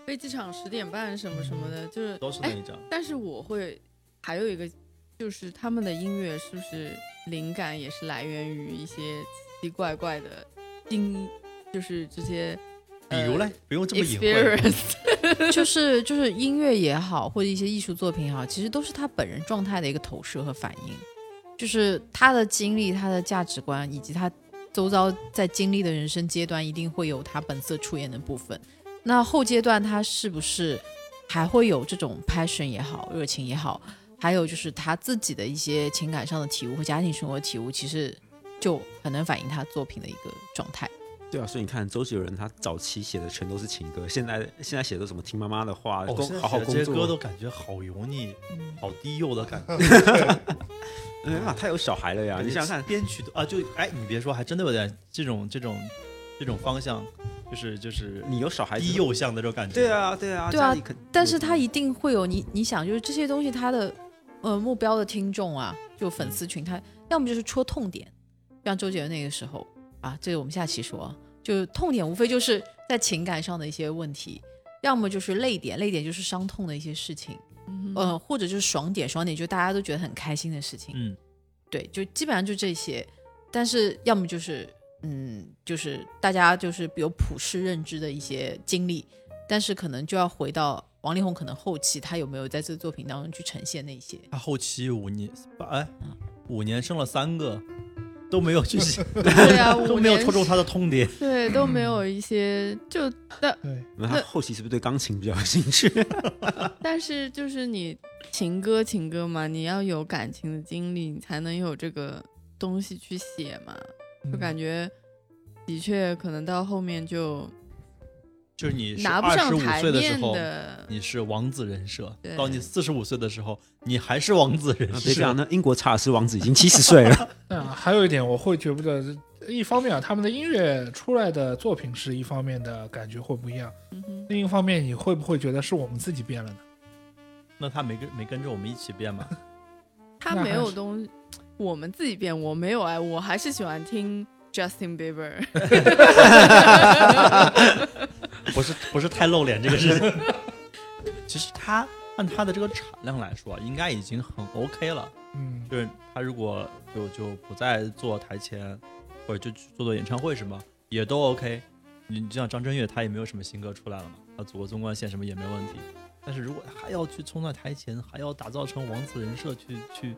Speaker 3: 飞机场十点半什么什么的，就是
Speaker 1: 都是那
Speaker 3: 哎，
Speaker 1: 一张。
Speaker 3: 但是我会还有一个，就是他们的音乐是不是灵感也是来源于一些奇奇怪怪的经，就是这些呃
Speaker 1: 比如嘞，不用这么隐晦，
Speaker 3: 哎 experience。
Speaker 5: 就是就是音乐也好，或者一些艺术作品也好，其实都是他本人状态的一个投射和反应，就是他的经历、他的价值观，以及他周遭在经历的人生阶段，一定会有他本色出演的部分。那后阶段他是不是还会有这种 passion 也好、热情也好，还有就是他自己的一些情感上的体悟和家庭生活的体悟，其实就很能反映他作品的一个状态。
Speaker 2: 对啊，所以你看周杰伦他早期写的全都是情歌，现在现在写的什么听妈妈的话，
Speaker 1: 哦
Speaker 2: 工
Speaker 1: 现在
Speaker 2: 好好
Speaker 1: 写的
Speaker 2: 工
Speaker 1: 这些
Speaker 2: 作，
Speaker 1: 歌都感觉好油腻，好低幼的感觉。
Speaker 2: 没办法，哎他有小孩了呀。你想想看，
Speaker 1: 编曲的啊，就哎，你别说，还真的有点这种这种这种方向，就是就是
Speaker 2: 你有小孩，
Speaker 1: 低幼向的这种感觉。
Speaker 2: 对，啊，对啊，
Speaker 5: 对啊
Speaker 2: 家里肯，嗯
Speaker 5: 但是他一定会有你，你想就是这些东西，他的呃目标的听众啊，就粉丝群，他要么就是戳痛点，像周杰伦那个时候啊，这个我们下期说啊，就痛点无非就是在情感上的一些问题，要么就是泪点，泪点就是伤痛的一些事情，
Speaker 3: 嗯
Speaker 5: 呃，或者就是爽点，爽点就大家都觉得很开心的事情，
Speaker 1: 嗯，
Speaker 5: 对，就基本上就这些，但是要么就是嗯，就是大家就是有普世认知的一些经历，但是可能就要回到王力宏可能后期他有没有在这个作品当中去呈现那些。
Speaker 1: 他后期五年八哎五年生了三个，都没有去写，
Speaker 3: 对啊，
Speaker 1: 都
Speaker 3: 五
Speaker 1: 没有
Speaker 3: 年
Speaker 1: 戳中他的痛点。
Speaker 3: 对都没有一些就
Speaker 4: 对，
Speaker 2: 那他后期是不是对钢琴比较有兴 趣？啊
Speaker 3: 但是就是你情歌情歌嘛，你要有感情的经历，你才能有这个东西去写嘛。
Speaker 2: 嗯
Speaker 3: 就感
Speaker 4: 觉
Speaker 3: 觉的确可能到后面就
Speaker 1: 就是你是
Speaker 3: 拿不
Speaker 1: 二
Speaker 3: 上
Speaker 1: 十五
Speaker 3: 台
Speaker 1: 岁的时
Speaker 3: 面
Speaker 1: 候，
Speaker 3: 的。
Speaker 1: 你是王子人设
Speaker 3: 对；
Speaker 1: 到你四十五岁的时候，你还是王子人
Speaker 2: 啊别这样，
Speaker 1: 设。
Speaker 2: 那英国查尔斯王子已经七十岁了，
Speaker 4: 嗯，还有一点，我会觉得，一方面啊，他们的音乐出来的作品是一方面的感觉会不一样，
Speaker 3: 嗯哼
Speaker 4: 另一方面你会不会觉得是我们自己变了呢？
Speaker 1: 那他没跟没跟着我们一起变嘛？
Speaker 3: 他
Speaker 4: 那
Speaker 3: 没
Speaker 4: 还
Speaker 3: 有
Speaker 4: 是
Speaker 3: 东，我们自己变，我没有爱，我还是喜欢听 Justin Bieber。
Speaker 1: 不是不是太露脸这 个事情。其实他按他的这个产量来说，应该已经很 OK 了。
Speaker 4: 嗯，
Speaker 1: 就是他如果就就不再做台前，或者就去做做演唱会什么，也都 OK。你你像张震岳，他也没有什么新歌出来了嘛，他走过纵贯线什么也没问题。但是如果他还要去冲到台前，还要打造成王子人设去去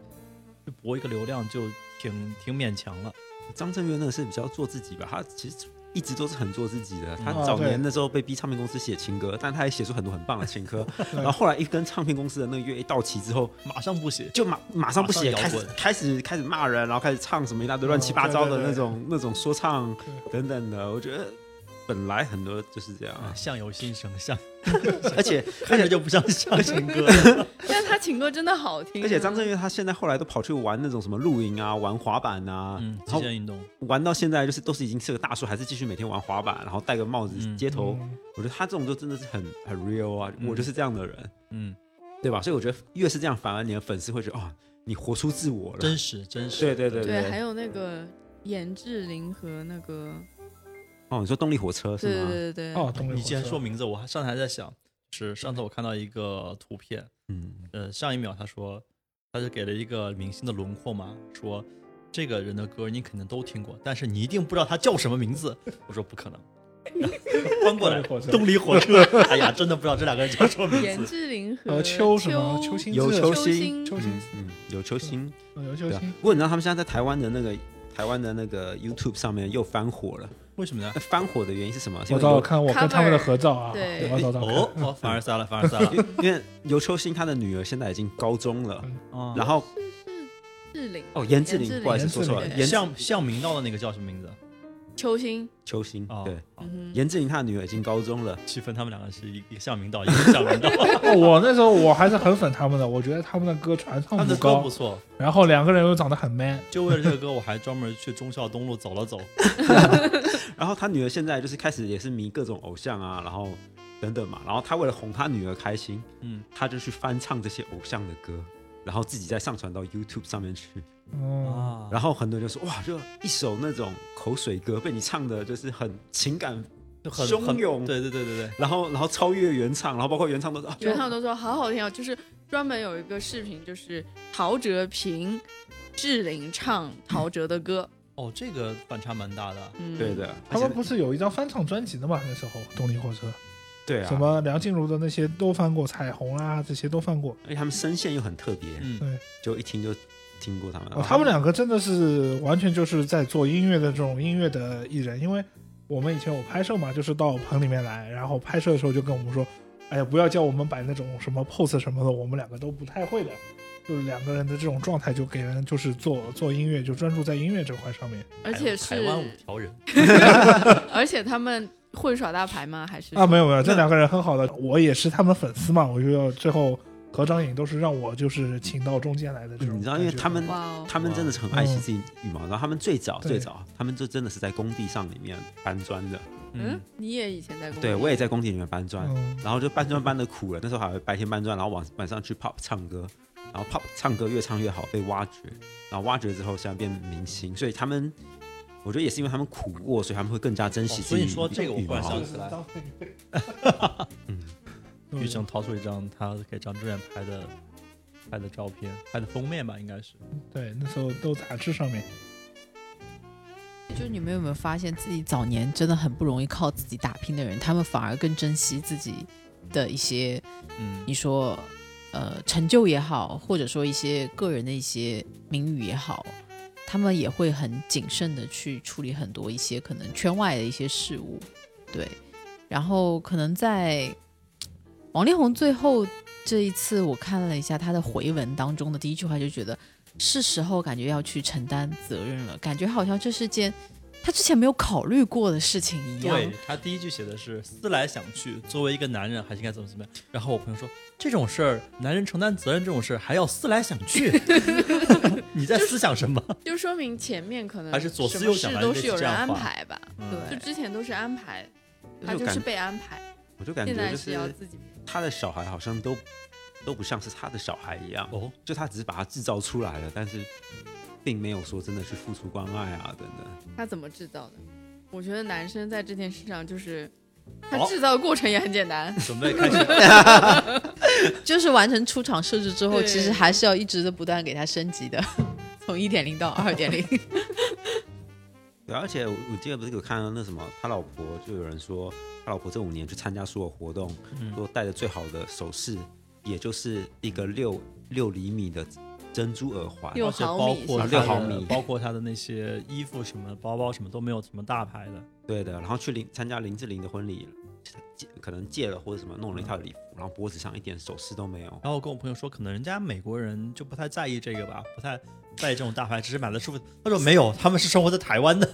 Speaker 1: 就博一个流量就挺挺勉强了。
Speaker 2: 张震岳那个是比较做自己吧，他其实一直都是很做自己的。他
Speaker 4: 嗯啊
Speaker 2: 早
Speaker 4: 对
Speaker 2: 年的时
Speaker 1: 哦
Speaker 2: 候被逼唱片公司写情歌，但他也写出很多很棒的情 歌。
Speaker 4: 对
Speaker 2: 然后后来一跟唱片公司的那个约一到期之后，
Speaker 1: 马上不写，
Speaker 2: 就马马上不写，
Speaker 1: 马上
Speaker 2: 开
Speaker 1: 摇
Speaker 2: 始
Speaker 1: 滚
Speaker 2: 开始开始骂人，然后开始唱什么一大堆乱七八糟的
Speaker 4: 哦对对对
Speaker 2: 那种、那种说唱
Speaker 4: 对
Speaker 2: 等等的。我觉得本来很多就是这样啊，
Speaker 1: 相由心生，相
Speaker 2: 而且
Speaker 1: 看着就不像像情 歌。
Speaker 3: 但他情歌真的好听啊，
Speaker 2: 而且张震岳他现在后来都跑去玩那种什么露营啊，玩滑板啊，
Speaker 1: 嗯，
Speaker 2: 然后
Speaker 1: 极限运动，
Speaker 2: 玩到现在就是都是已经是个大叔，还是继续每天玩滑板，然后戴个帽子、
Speaker 1: 嗯
Speaker 2: 街头。
Speaker 4: 嗯
Speaker 2: 我觉得他这种就真的是很很 real 啊，
Speaker 1: 嗯
Speaker 2: 我就是这样的人，
Speaker 1: 嗯，
Speaker 2: 对吧？所以我觉得越是这样，反而你的粉丝会觉得哦，你活出自我了。
Speaker 1: 真实真实。
Speaker 2: 对对对
Speaker 3: 对，还有那个严志玲和那个，
Speaker 2: 哦，你说动力火车
Speaker 3: 对
Speaker 2: 是
Speaker 3: 对
Speaker 2: 吗？
Speaker 3: 对对，
Speaker 4: 哦，懂了。
Speaker 1: 你既然说名字，我还上次还在想，是上次我看到一个图片，
Speaker 2: 嗯，
Speaker 1: 呃，上一秒他说他是给了一个明星的轮廓嘛，说这个人的歌你肯定都听过，但是你一定不知道他叫什么名字。我说不可能，翻过来
Speaker 4: 动力火车
Speaker 1: 动力火车，哎呀，真的不知道这两个人叫什么名
Speaker 3: 严
Speaker 1: 字。
Speaker 3: 志玲和
Speaker 2: 哦
Speaker 4: 呃，
Speaker 3: 邱
Speaker 4: 秋什么？秋心
Speaker 2: 有
Speaker 4: 字
Speaker 2: 秋
Speaker 3: 秋
Speaker 2: 心
Speaker 3: 心
Speaker 4: 秋心
Speaker 2: 嗯嗯，有球星，
Speaker 1: 嗯
Speaker 4: 呃有秋
Speaker 2: 对啊
Speaker 4: 心。。
Speaker 2: 不过你知道他们现在在台湾的那个台湾的那个 YouTube 上面又翻火了，
Speaker 1: 为什么呢
Speaker 2: 那？翻火的原因是什么？是因
Speaker 4: 我
Speaker 2: 为
Speaker 4: 找
Speaker 2: 有
Speaker 4: 找看我跟他们的合照啊，
Speaker 3: 对
Speaker 4: 我找找看。
Speaker 1: 哦，哦，凡尔赛了，凡尔 赛了
Speaker 2: 因为因为尤秋兴他的女儿现在已经高中了，
Speaker 1: 啊！
Speaker 2: 然后
Speaker 3: 志玲、
Speaker 2: 哦严志
Speaker 3: 严志
Speaker 2: 玲，
Speaker 3: 玲
Speaker 2: 不好意思说错了，
Speaker 3: 对
Speaker 2: 严志
Speaker 1: 像像明道的那个叫什么名字？
Speaker 3: 邱心，
Speaker 2: 秋兴
Speaker 1: 哦，
Speaker 2: 对，
Speaker 1: 好
Speaker 3: 嗯哼，
Speaker 2: 严志玲她的女儿已经高中了，
Speaker 1: 区分他们两个是一一个像明道，一个像明道。
Speaker 4: 哦我那时候我还是很粉他们的，我觉得他们的歌传
Speaker 1: 他
Speaker 4: 唱
Speaker 1: 们
Speaker 4: 度
Speaker 1: 的歌
Speaker 4: 高
Speaker 1: 不，错，
Speaker 4: 然后两个人又长得很 man，
Speaker 1: 就为了这个歌，我还专门去忠孝东路走了走。
Speaker 2: 然后他女儿现在就是开始也是迷各种偶像啊，然后等等嘛，然后他为了哄他女儿开心，
Speaker 1: 嗯，
Speaker 2: 他就去翻唱这些偶像的歌，然后自己再上传到 YouTube 上面去，
Speaker 4: 嗯，
Speaker 1: 啊
Speaker 2: 然后很多人就说哇，就一首那种口水歌被你唱的，就是很情感，
Speaker 1: 就很
Speaker 2: 汹
Speaker 1: 很
Speaker 2: 涌
Speaker 1: 对对对对对，
Speaker 2: 然后然后超越原唱，然后包括原唱都是啊，
Speaker 3: 原唱都说好好听啊，就是专门有一个视频，就是陶喆凭志玲唱陶喆的歌，
Speaker 1: 哦，这个反差蛮大的。
Speaker 3: 嗯，
Speaker 2: 对，的，
Speaker 4: 他
Speaker 2: 而
Speaker 4: 们
Speaker 2: 且
Speaker 4: 不是有一张翻唱专辑的嘛？那时候动力火车，
Speaker 2: 对啊，
Speaker 4: 什么梁静茹的那些都翻过，彩虹啊这些都翻过。
Speaker 2: 而且他们声线又很特别，
Speaker 1: 嗯，
Speaker 2: 就一听就听过他们。然
Speaker 4: 哦
Speaker 2: 后
Speaker 4: 他们两个真的是完全就是在做音乐的这种音乐的艺人，因为我们以前有拍摄嘛，就是到棚里面来，然后拍摄的时候就跟我们说，哎呀，不要叫我们摆那种什么 pose 什么的，我们两个都不太会的。就是两个人的这种状态，就给人就是做做音乐，就专注在音乐这块上面
Speaker 3: 而且
Speaker 1: 台湾五
Speaker 3: 是，
Speaker 1: 条人，
Speaker 3: 而且他们会耍大牌吗？还是
Speaker 4: 啊。没有没有，这两个人很好的，我也是他们粉丝嘛，我就要最后合张影都是让我就是请到中间来的这种感觉。
Speaker 2: 嗯你知道，因为他们
Speaker 3: 哇哦，
Speaker 2: 他们真的是很爱惜自己羽毛，然后他们最早最早，他们就真的是在工地上里面搬砖的。
Speaker 3: 嗯，，你也以前在公
Speaker 2: 对
Speaker 3: 司
Speaker 2: 我也在工地里面搬砖，
Speaker 4: 嗯，
Speaker 2: 然后就搬砖搬的苦了，那时候还白天搬砖，然后晚晚上去 pop 唱歌，然后 pop 唱歌越唱越好，被挖掘，然后挖掘之后现在变明星，所以他们。我觉得也是因为他们苦过，所以他们会更加珍惜
Speaker 1: 哦
Speaker 2: 自
Speaker 1: 所以
Speaker 2: 己羽毛。
Speaker 1: 说这个我忽然想
Speaker 4: 就是当配乐
Speaker 2: 嗯，
Speaker 1: 玉成掏出一张他给张志远拍的拍的照片，拍的封面吧，应该是。
Speaker 4: 对，那时候都杂志上面。
Speaker 5: 就是你们有没有发现自己早年真的很不容易靠自己打拼的人，他们反而更珍惜自己的一些
Speaker 1: 嗯
Speaker 5: 你说呃成就也好，或者说一些个人的一些名誉也好，他们也会很谨慎的去处理很多一些可能圈外的一些事物，对。然后可能在王力宏最后这一次，我看了一下他的回文当中的第一句话，就觉得是时候感觉要去承担责任了，感觉好像这是件他之前没有考虑过的事情一样。
Speaker 1: 对他第一句写的是思来想去，作为一个男人还是应该怎么怎么样。然后我朋友说这种事儿，男人承担责任这种事儿还要思来想去， 你在思想什么？
Speaker 3: 就说明前面可能
Speaker 1: 还是左思
Speaker 3: 什
Speaker 1: 右
Speaker 3: 么
Speaker 1: 想
Speaker 3: 事
Speaker 1: 吧
Speaker 3: 都
Speaker 1: 类
Speaker 3: 是
Speaker 1: 似
Speaker 3: 有
Speaker 1: 这
Speaker 3: 人
Speaker 1: 样
Speaker 3: 安
Speaker 1: 话
Speaker 3: 排吧，就
Speaker 5: 对
Speaker 3: 之前都是安排，
Speaker 2: 我
Speaker 3: 他
Speaker 2: 就
Speaker 3: 就是
Speaker 2: 感
Speaker 3: 被安排，
Speaker 2: 我就感
Speaker 3: 现
Speaker 2: 觉
Speaker 3: 在
Speaker 2: 就是
Speaker 3: 要自己
Speaker 2: 他的小孩好像都都不像是他的小孩一样，
Speaker 1: 哦，
Speaker 2: 就他只是把他制造出来了，但是并没有说真的去付出关爱啊等等。
Speaker 3: 他怎么制造的？我觉得男生在这件事上就是，他
Speaker 1: 好
Speaker 3: 制造的过程也很简单。
Speaker 1: 准备开始。
Speaker 5: 就是完成出厂设置之后，
Speaker 3: 对
Speaker 5: 其实还是要一直的不断给它升级的， 从一点零到二点零。
Speaker 2: 对，而且我我记得不是有看到那什么，他老婆就有人说，他老婆这五年去参加所有活动，
Speaker 1: 嗯
Speaker 2: 说戴的最好的首饰，也就是一个六六厘米的珍珠耳环，
Speaker 3: 六
Speaker 1: 而且
Speaker 3: 毫
Speaker 1: 包
Speaker 3: 米
Speaker 1: 括
Speaker 2: 啊
Speaker 1: 它
Speaker 2: 六
Speaker 1: 的
Speaker 2: 毫米
Speaker 1: 包括他的那些衣服什么、包包什么都没有什么大牌的。
Speaker 2: 对的，然后去林参加林志玲的婚礼，借可能借了或者什么弄了一套礼服，然后脖子上一点首饰都没有。
Speaker 1: 然后我跟我朋友说，可能人家美国人就不太在意这个吧，不太在意这种大牌，只是买了舒服。他说没有，他们是生活在台 湾的，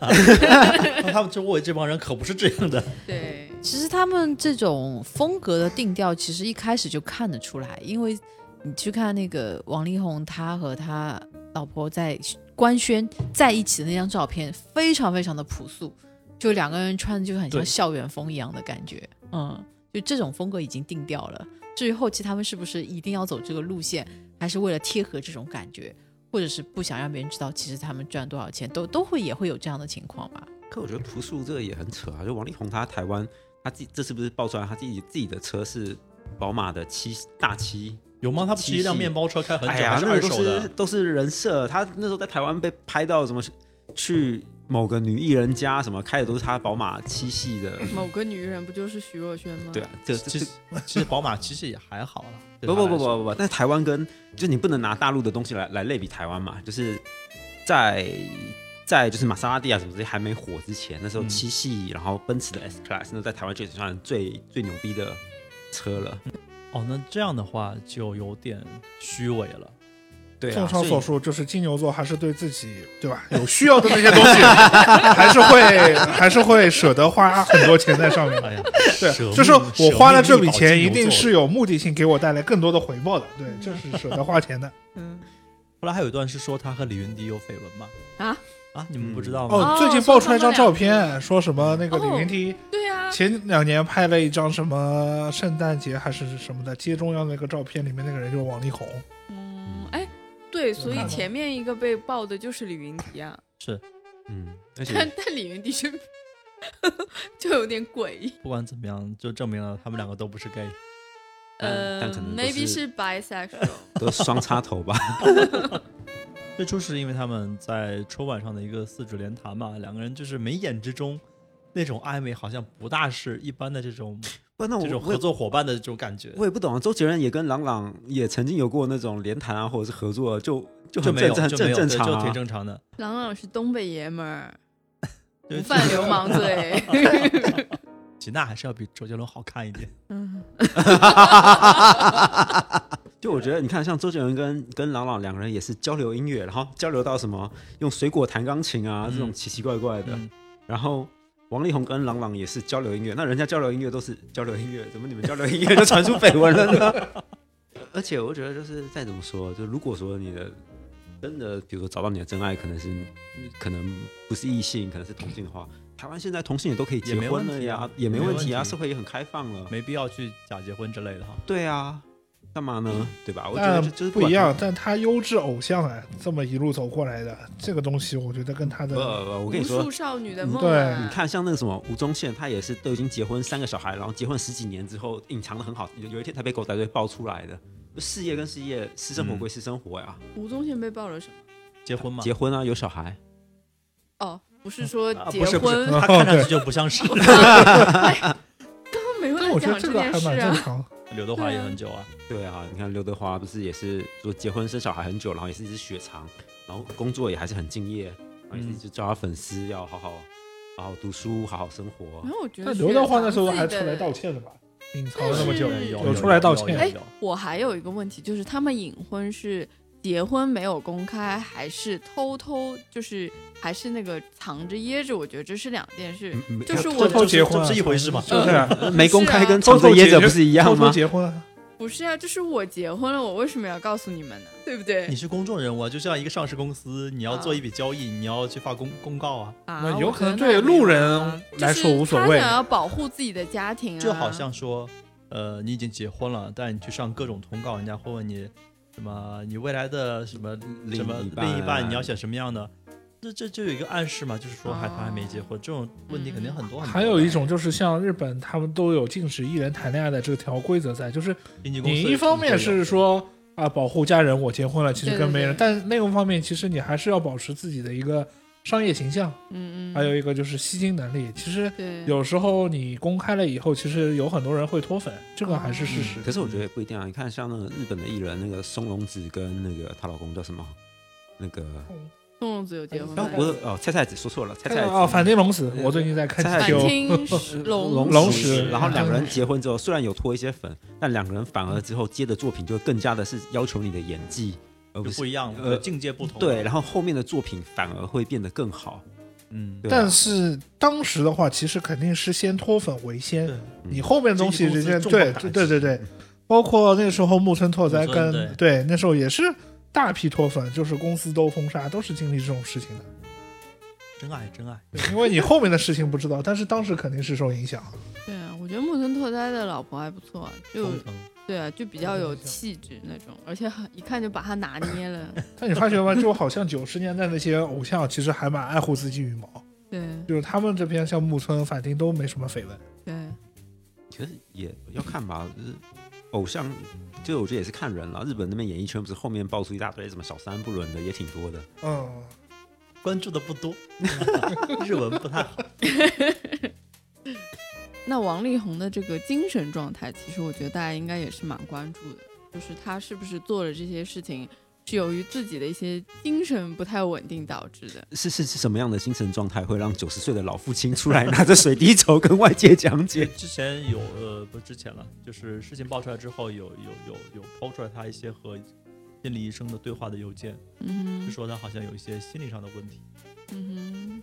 Speaker 1: 他们周围这帮人可不是这样的。
Speaker 3: 对，
Speaker 5: 其实他们这种风格的定调，其实一开始就看得出来，因为你去看那个王力宏，他和他老婆在官宣在一起的那张照片，非常非常的朴素，就两个人穿的就很像
Speaker 1: 对
Speaker 5: 校园风一样的感觉，嗯，就这种风格已经定调了。至于后期他们是不是一定要走这个路线，还是为了贴合这种感觉，或者是不想让别人知道其实他们赚多少钱，都都会也会有这样的情况吧？
Speaker 2: 可我觉得朴素这个也很扯啊，就王力宏他台湾他自己这次不是爆出来他自己自己的车是宝马的七大七，
Speaker 1: 有吗？他不是一辆面包车开很久，
Speaker 2: 哎呀
Speaker 1: 还，是
Speaker 2: 那
Speaker 1: 二
Speaker 2: 个都
Speaker 1: 手
Speaker 2: 是
Speaker 1: 的？
Speaker 2: 都是人设。他那时候在台湾被拍到什么去某个女艺人家什么开的都是他宝马七系的，
Speaker 3: 某个女人不就是徐若瑄吗？
Speaker 2: 对啊，这这
Speaker 1: 其实其实宝马其实也还好啦。对
Speaker 2: 不
Speaker 1: 他
Speaker 2: 不
Speaker 1: 来
Speaker 2: 不
Speaker 1: 说，
Speaker 2: 不不，但台湾跟就是你不能拿大陆的东西来来类比台湾嘛，就是在在就是玛莎拉蒂啊什么这些还没火之前，那时候
Speaker 1: 嗯
Speaker 2: 七系，然后奔驰的 S Class，那在台湾就算最最牛逼的车了。
Speaker 1: 哦，那这样的话就有点虚伪了。
Speaker 2: 对
Speaker 4: 综
Speaker 2: 啊，
Speaker 4: 上所
Speaker 2: 以
Speaker 4: 述，就是金牛座还是对自己对吧有需要的那些东 西，还是会还是会舍得花很多钱在上面的。
Speaker 1: 哎呀，
Speaker 4: 对
Speaker 1: 舍，
Speaker 4: 就是
Speaker 1: 命
Speaker 4: 我花了
Speaker 1: 舍
Speaker 4: 这
Speaker 1: 命力
Speaker 4: 笔
Speaker 1: 保金
Speaker 4: 钱，一
Speaker 1: 牛
Speaker 4: 定
Speaker 1: 座
Speaker 4: 是有目的性给我带来更多的回报的。对，这是舍得花钱的。
Speaker 3: 嗯，
Speaker 1: 后来还有一段是说他和李云迪有绯闻嘛？
Speaker 3: 啊
Speaker 1: 啊，你们不知道吗？
Speaker 4: 哦，
Speaker 3: 哦
Speaker 4: 最近爆出来一张照片，说什么那个
Speaker 3: 哦
Speaker 4: 李云迪
Speaker 3: 对啊，
Speaker 4: 前两年拍了一张什么圣诞节还是什么的街中央那个照片，里面那个人就是王力宏。
Speaker 3: 嗯，哎，对，所以
Speaker 4: 看到
Speaker 3: 前面一个被爆的就是李云迪啊，
Speaker 2: 嗯， 而且
Speaker 3: 但 但李云迪是就有点诡异，
Speaker 1: 不管怎么样，就证明了他们两个都不是 gay。
Speaker 2: 但
Speaker 3: 呃
Speaker 2: 但可能都
Speaker 3: ，maybe
Speaker 2: 是
Speaker 3: 是 bisexual，
Speaker 2: 都是双插头吧。
Speaker 1: 最初是因为他们在春晚上的一个四指联弹嘛，两个人就是眉眼之中那种暧昧，好像不大是一般的这种
Speaker 2: 不，
Speaker 1: 这
Speaker 2: 那我
Speaker 1: 种
Speaker 2: 我
Speaker 1: 合
Speaker 2: 也
Speaker 1: 作伙伴的这种感觉。
Speaker 2: 我也不懂啊。周杰伦也跟郎朗也曾经有过那种联弹啊，或者是合作，就就
Speaker 1: 就
Speaker 2: 很
Speaker 1: 没有，
Speaker 2: 正
Speaker 1: 就
Speaker 2: 很
Speaker 1: 没
Speaker 2: 正
Speaker 1: 有，
Speaker 2: 正
Speaker 1: 对
Speaker 2: 常
Speaker 1: 就挺
Speaker 2: 啊。
Speaker 1: 正常的。
Speaker 3: 郎朗是东北爷们儿，
Speaker 2: 嗯
Speaker 1: 就
Speaker 3: 不犯流氓罪。
Speaker 1: 吉娜还是要比周杰伦好看一点。
Speaker 3: 嗯，
Speaker 2: 就我觉得，你看，像周杰伦跟跟郎朗两个人也是交流音乐，然后交流到什么用水果弹钢琴啊，
Speaker 1: 嗯
Speaker 2: 这种奇奇怪怪的。
Speaker 1: 嗯
Speaker 2: 然后王力宏跟郎朗也是交流音乐，那人家交流音乐都是交流音乐，怎么你们交流音乐就传出绯闻了 呢？而且我觉得，就是再怎么说，就如果说你的真的，比如说找到你的真爱，可能是可能不是异性，可能是同性的话，台湾现在同性也都可以结
Speaker 1: 也没
Speaker 2: 婚
Speaker 1: 问
Speaker 2: 了
Speaker 1: 题
Speaker 2: 呀
Speaker 1: 啊，
Speaker 2: 也没
Speaker 1: 没
Speaker 2: 问
Speaker 1: 问
Speaker 2: 题啊，
Speaker 1: 题
Speaker 2: 社会也很开放了。
Speaker 1: 没必要去假结婚之类的哈。
Speaker 2: 对啊，干嘛呢？对吧？我觉得
Speaker 4: 但
Speaker 2: 就就是
Speaker 4: 不
Speaker 2: 管
Speaker 4: 一
Speaker 2: 他
Speaker 4: 样，但他优质偶像啊，这么一路走过来的，这个东西我觉得跟他
Speaker 2: 不不
Speaker 4: 的
Speaker 2: 不，我
Speaker 3: 无
Speaker 2: 跟你说
Speaker 3: 数，少女的梦
Speaker 4: 对
Speaker 1: 嗯
Speaker 3: 啊，
Speaker 2: 你看像那个什么吴宗宪，他也是都已经结婚三个小孩，然后结婚十几年之后隐藏的很好，有有一天才被狗仔队爆出来的。就事业跟事业，私
Speaker 1: 嗯
Speaker 2: 生活归私生活呀、
Speaker 3: 吴宗宪被爆了什么？
Speaker 1: 结婚嘛，
Speaker 2: 结婚啊，有小孩，
Speaker 3: 哦，不是说
Speaker 1: 啊
Speaker 3: 结
Speaker 1: 不是不是，
Speaker 3: 婚，
Speaker 1: 他看上去就不像是。
Speaker 3: 哎没有
Speaker 4: 但
Speaker 3: 人
Speaker 4: 我觉
Speaker 3: 讲
Speaker 4: 得这
Speaker 3: 这
Speaker 4: 个
Speaker 3: 件
Speaker 4: 还
Speaker 3: 事
Speaker 4: 蛮正
Speaker 3: 啊。
Speaker 4: 常。
Speaker 1: 刘德华也很久啊，
Speaker 2: 对啊，你看刘德华不是也是说结婚生小孩很久，然后也是一只血肠，然后工作也还是很敬业，然后也是
Speaker 1: 嗯
Speaker 2: 就叫他粉丝要好好好好读书，好好生活
Speaker 1: 啊
Speaker 3: 然。后我觉得
Speaker 4: 但刘德华
Speaker 3: 雪
Speaker 4: 那
Speaker 3: 藏
Speaker 4: 时候
Speaker 3: 自己
Speaker 4: 还出来
Speaker 3: 的
Speaker 4: 道歉的吧？隐藏哦了那么久
Speaker 3: 但，是
Speaker 1: 嗯有
Speaker 4: 有出来道歉
Speaker 1: 有有有
Speaker 3: 我还有一个问题，就是他们隐婚是结婚没有公开，还是偷偷就是还是那个藏着掖着？我觉得这是两件事。
Speaker 2: 嗯没
Speaker 3: 就是
Speaker 2: 看
Speaker 3: 我
Speaker 1: 这
Speaker 4: 偷
Speaker 1: 这
Speaker 4: 结婚
Speaker 1: 这
Speaker 4: 啊
Speaker 1: 不是一回事嘛？
Speaker 4: 就是啊
Speaker 2: 没公开跟
Speaker 4: 偷
Speaker 2: 藏着
Speaker 4: 偷
Speaker 2: 掖
Speaker 4: 结
Speaker 2: 着不是 一样
Speaker 4: 偷偷
Speaker 2: 吗？
Speaker 4: 结婚啊，
Speaker 3: 不是啊，就是我结婚了，我为什么要告诉你们呢？对不对
Speaker 1: 你？是公众人物啊，就像一个上市公司，你要做一笔交易，你要去发公公告啊，
Speaker 3: 啊，
Speaker 4: 那
Speaker 3: 我
Speaker 4: 有
Speaker 3: 觉
Speaker 4: 可能
Speaker 3: 得
Speaker 4: 对
Speaker 3: 那
Speaker 4: 路
Speaker 3: 没有
Speaker 4: 人
Speaker 3: 啊
Speaker 4: 来说无所
Speaker 3: 就
Speaker 4: 谓
Speaker 3: 是他想要保护自己的家庭啊，
Speaker 1: 就好像说，呃，你已经结婚了，但你去上各种通告，人家会问你什么，你未来的什么
Speaker 2: 另
Speaker 1: 什么
Speaker 2: 一半啊
Speaker 1: 另一半你要选什么样的，这这就有一个暗示嘛，就是说还他还没
Speaker 3: 哦
Speaker 1: 结婚，这种问题肯
Speaker 3: 嗯
Speaker 1: 定很多很多。
Speaker 4: 还有一种就是像日本，他们都有禁止艺人谈恋爱的这条规则在，就是
Speaker 1: 经纪公司
Speaker 4: 你
Speaker 1: 也
Speaker 4: 一方面
Speaker 1: 会有
Speaker 4: 是说啊保护家人，我结婚了，其实
Speaker 3: 对
Speaker 4: 跟
Speaker 3: 对
Speaker 4: 没人；
Speaker 3: 对
Speaker 4: 但另一方面，其实你还是要保持自己的一个商业形象，
Speaker 3: 嗯嗯，
Speaker 4: 还有一个就是吸金能力。其实
Speaker 3: 对，
Speaker 4: 有时候你公开了以后，其实有很多人会脱粉，这个还是
Speaker 1: 哦
Speaker 4: 事
Speaker 1: 嗯
Speaker 4: 实。
Speaker 2: 嗯可是我觉得也不一定啊。你看，像那个日本的艺人，那个松隆子跟那个她老公叫什么？那个
Speaker 3: 宋仲子有结婚
Speaker 1: 哎
Speaker 2: 哦，
Speaker 3: 吗？
Speaker 2: 不是哦，菜菜子说错了，菜菜子
Speaker 4: 哦，反町隆子，
Speaker 2: 嗯
Speaker 4: 我最近在看
Speaker 2: 蔡蔡
Speaker 3: 反
Speaker 4: Q，
Speaker 3: 町 龙
Speaker 4: 龙嗯
Speaker 2: 龙
Speaker 4: 石
Speaker 2: 然后两个人结婚之后，虽然有脱一些粉，但两个人反而之后接的作品就更加的是要求你的演技，而
Speaker 1: 就
Speaker 2: 不
Speaker 1: 不
Speaker 2: 是
Speaker 1: 一样了，哦
Speaker 2: 呃
Speaker 1: 境界不同。
Speaker 2: 对。然后后面的作品反而会变得更好。
Speaker 1: 嗯，
Speaker 2: 对啊
Speaker 4: 但是当时的话，其实肯定是先脱粉为先
Speaker 1: 对，
Speaker 4: 你后面东西人家
Speaker 1: 经纪公司重
Speaker 4: 对
Speaker 1: 磅打
Speaker 4: 对
Speaker 1: 击
Speaker 4: 对对对，包括那时候木村拓哉
Speaker 1: 木村
Speaker 4: 跟嗯对那时候也是大批脱粉，就是公司都封杀，都是经历这种事情的。
Speaker 1: 真爱真爱，
Speaker 4: 对因为你后面的事情不知道，但是当时肯定是受影响。
Speaker 3: 对啊，我觉得木村拓哉的老婆还不错，啊就
Speaker 4: 哦
Speaker 1: 工藤
Speaker 3: 对啊，就比较有气质那种，而且很一看就把他拿捏了。
Speaker 4: 但你发觉吗？就好像九十年代那些偶像，其实还蛮爱护自己羽毛，
Speaker 3: 对
Speaker 4: 就是他们这边像木村、反町都没什么绯闻。
Speaker 3: 对，
Speaker 2: 其实也要看吧，就是偶像，就是我觉得也是看人了。日本那边演艺圈不是后面爆出一大堆什么小三不伦的，也挺多的。
Speaker 4: 嗯，
Speaker 1: 关注的不多， 日文不太好。
Speaker 3: 那王力宏的这个精神状态，其实我觉得大家应该也是蛮关注的，就是他是不是做了这些事情，是由于自己的一些精神不太稳定导致的。
Speaker 2: 是是是什么样的精神状态会让九十岁的老父亲出来拿着水滴筹跟外界 讲解？
Speaker 1: 之前有呃，不是之前了，就是事情爆出来之后，有有有有抛出来他一些和心理医生的对话的邮件，
Speaker 3: 嗯
Speaker 1: 就
Speaker 3: 哼，
Speaker 1: 说他好像有一些心理上的问题。
Speaker 3: 嗯哼，